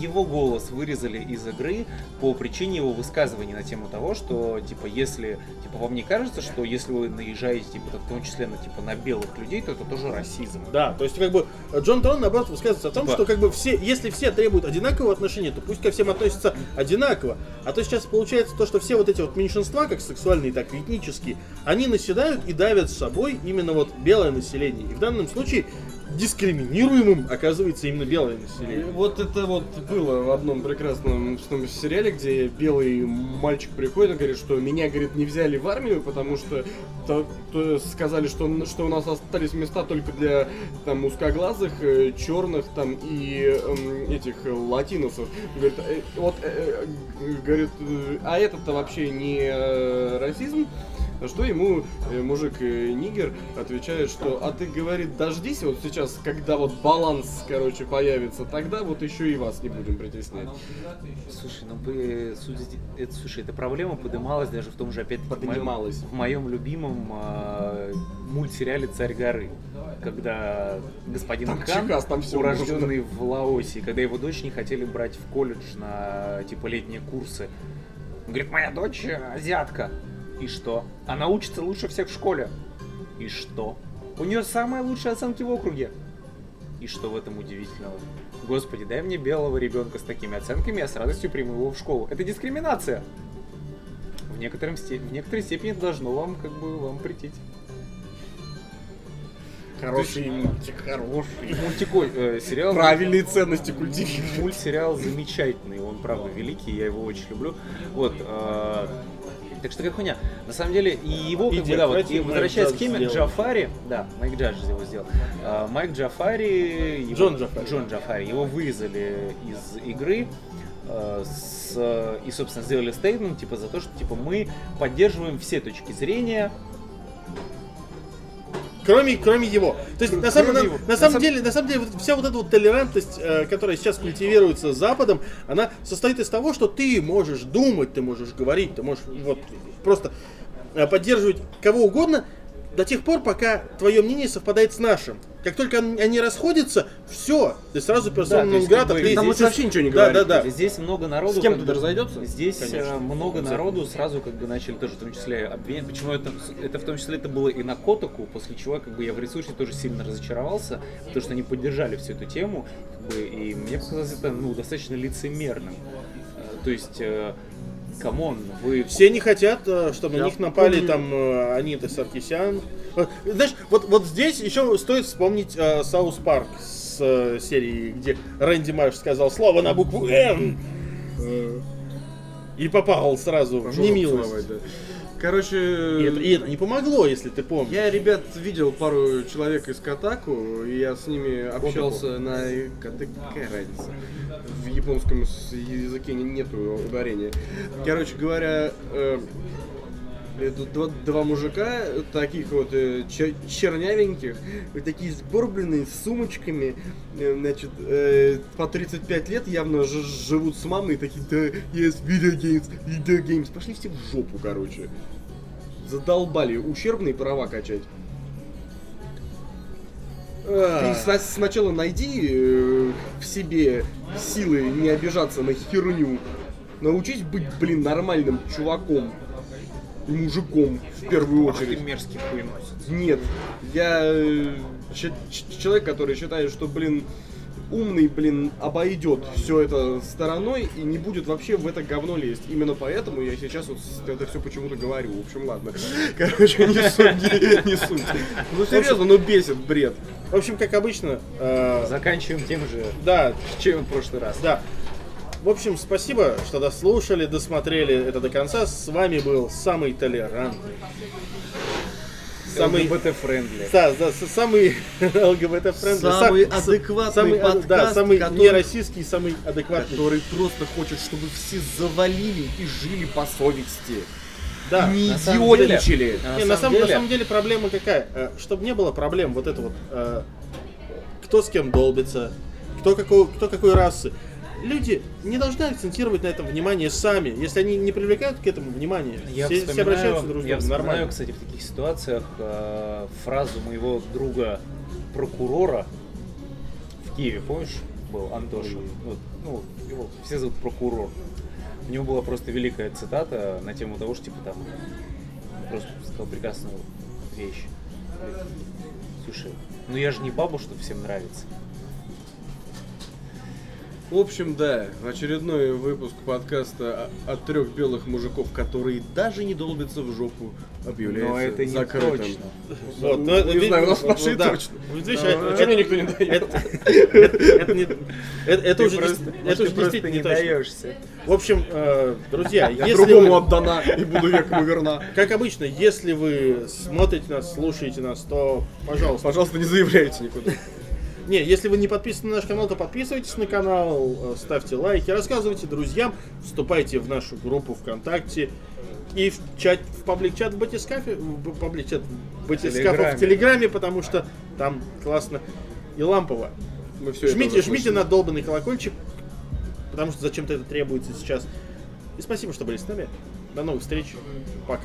S3: Его голос вырезали из игры по причине его высказываний на тему того, что типа если типа вам не кажется, что если вы наезжаете типа в том числе на типа на белых людей, то это тоже расизм.
S2: Да, то есть как бы э, Джон Трон наоборот высказывается о том,
S3: Типа-
S2: что как бы все, если все требуют одинакового отношения, то пусть ко всем относятся одинаково. А то сейчас получается то, что все вот эти вот меньшинства, как сексуальные, так и этнические, они наседают и давят с собой именно вот белое население. И в данном случае дискриминируемым оказывается именно белое
S5: И
S2: население.
S5: Э, Вот это вот было в одном прекрасном снова сериале, где белый мальчик приходит и говорит, что меня, говорит, не взяли в армию, потому что то- то сказали, что, н- что у нас остались места только для там узкоглазых, э, черных там и эм, этих э, латиносов. Говорит, «Э, вот, э, э, говорит, э, а это-то вообще не э, расизм? На что ему э, мужик э, Нигер отвечает, что а ты, говорит, дождись вот сейчас, когда вот баланс, короче, появится, тогда вот еще и вас не будем притеснять.
S3: Слушай, ну бы, судя, это, слушай, эта проблема поднималась даже в том же опять
S5: Поднималась.
S3: в моем любимом э, мультсериале Царь горы, когда господин
S5: Там
S3: Кан,
S5: Чикас, там всё
S3: урожденный в Лаосе, когда его дочь не хотели брать в колледж на типа летние курсы, он говорит, моя дочь э, азиатка, и что? Она учится лучше всех в школе, и что? У нее самые лучшие оценки в округе. И что в этом удивительного? Господи, дай мне белого ребенка с такими оценками, я с радостью приму его в школу. Это дискриминация. В, некотором сте- в некоторой степени это должно вам как бы вам прийти.
S5: Хороший мультик, хороший.
S3: Мультикой, э, сериал...
S5: Правильные ценности культивируют.
S3: Мультсериал замечательный, он правда великий, я его очень люблю. Вот, э, так что как хуйня. На самом деле, и его, как
S2: И
S3: бы, да, вот,
S2: Джафари,
S3: и
S2: Майк
S3: возвращаясь к
S2: Джадж
S3: теме,
S2: сделал.
S3: Джафари, да, Майк Джадж его сделал. Э, Майк Джафари... его-
S2: Джон Джафари.
S3: Джон Джафари. Его вырезали из игры. э, с, э, и, собственно, сделали стейтмент, типа, за то, что, типа, мы поддерживаем все точки зрения,
S2: Кроме, кроме его. То есть, на самом, на,
S3: его.
S2: на
S3: На
S2: самом
S3: сам-
S2: деле, на самом деле, вот вся вот эта вот толерантность, э, которая сейчас культивируется Западом, она состоит из того, что ты можешь думать, ты можешь говорить, ты можешь вот просто э, поддерживать кого угодно до тех пор, пока твое мнение совпадает с нашим. Как только он- они расходятся, все, ты сразу персона
S3: Да, то есть, как
S2: Нонграта,
S3: бы,
S2: ты
S3: там
S2: здесь-
S5: лучше вообще ничего не
S2: да,
S5: говорить.
S2: Да, да,
S3: Здесь много народу.
S5: С кем
S3: как
S5: туда
S3: бы,
S5: разойдется?
S3: Здесь э,
S2: Конечно.
S3: много народу сразу как бы начали тоже в том числе обвинять. Почему это, это в том числе это было и на Котаку, после чего как бы я в ресурсе тоже сильно разочаровался, потому что они поддержали всю эту тему, как бы, и мне показалось это ну, достаточно лицемерным. Э, То есть э, камон, вы
S2: Все не хотят, э, чтобы на
S5: Я
S2: них напали
S5: помню.
S2: там э, Анита Саркисян. Э, Знаешь, вот, вот здесь еще стоит вспомнить э, Саус Парк с э, серии, где Рэнди Марш сказал слово на букву Н. э, И попал сразу в
S5: Жопу
S2: немилость.
S5: целовать, да. Короче,
S2: И это, и это не помогло, если ты помнишь.
S5: я, ребят, видел пару человек из Катаку, и я с ними общался на... и- Ката- Какая разница? В японском с- языке не- нету ударения. Короче говоря, э, это два, два мужика, таких вот э, чер- чернявеньких, и такие сгорбленные, с сумочками, э, значит, э, по 35 лет явно ж- живут с мамой, такие, да, yes, video games, video games, пошли все в жопу, короче. Задолбали ущербные права качать. Ты сна- сначала найди э, в себе силы не обижаться на херню. Научись быть, блин, нормальным чуваком. И мужиком в первую
S3: Ах ты
S5: очередь.
S3: мерзкий хуеносец.
S5: Нет, я э, ч- ч- человек, который считает, что, блин, умный, блин, обойдет все это стороной и не будет вообще в это говно лезть. Именно поэтому я сейчас вот с- это все почему-то говорю. В общем, ладно. Короче, не суть, не- не суть. Ну серьезно, ну бесит бред.
S2: В общем, как обычно, э,
S3: Заканчиваем тем же,
S2: да,
S3: чем в прошлый раз.
S2: Да. В общем, спасибо, что дослушали, досмотрели это до конца. С вами был самый толерантный. Самый...
S3: ЛГБТ-френдли.
S2: Да, да, с- самый ЛГБТ
S7: Самый адекватный подкаст,
S2: Да, самый
S7: который-
S2: нероссийский, самый адекватный.
S7: Который просто хочет, чтобы все завалили и жили по совести.
S2: Да.
S7: не
S3: на самом деле-
S7: идиотничали.
S3: А
S2: Не, на, самом, на самом деле проблема какая? Э, Чтобы не было проблем, вот это вот, э, кто с кем долбится, кто, какого, кто какой расы. Люди не должны акцентировать на этом внимание сами, если они не привлекают к этому внимания.
S3: Я
S2: все, все
S3: вспоминаю,
S2: обращаются друг к
S3: я
S2: другу
S3: вспоминаю,
S2: нормально.
S3: кстати, в таких ситуациях э, фразу моего друга прокурора в Киеве, помнишь, был Антоша. Вот, ну, его все зовут прокурор. У него была просто великая цитата на тему того, что типа там он просто сказал прекрасную вещь. Говорит, Слушай, ну я же не бабу, что всем нравится.
S5: В общем, да, очередной выпуск подкаста о- от трех белых мужиков, которые даже не долбятся в жопу, объявляется
S3: Но это не
S5: закрытым.
S3: точно.
S2: Вот, ну, это,
S5: Не
S2: ви-
S5: знаю, у нас
S2: ну,
S5: нашли
S2: да.
S5: точно. а
S2: Вот видишь, это- это-
S5: никто не дает.
S2: это- это не- это- Это
S3: Ты
S2: уже
S3: просто-
S2: дес- это
S3: ты
S2: уже
S3: просто
S2: действительно
S3: не
S2: не точно.
S3: даешься.
S2: В общем, э, друзья,
S5: Я
S2: если
S5: другому
S2: вы-
S5: отдана и буду веком верна.
S2: как обычно, если вы смотрите нас, слушаете нас, то, пожалуйста,
S5: Пожалуйста, не заявляйте никуда.
S2: Не, если вы не подписаны на наш канал, то подписывайтесь на канал, э, ставьте лайки, рассказывайте друзьям, вступайте в нашу группу ВКонтакте и в чат, в паблик-чат в батискафе, в паблик-чат в батискафе в
S3: Телеграме.
S2: Телеграме, потому что там классно и лампово.
S5: Мы все
S2: жмите, жмите на долбанный колокольчик, потому что зачем-то это требуется сейчас. И спасибо, что были с нами. До новых встреч. Пока.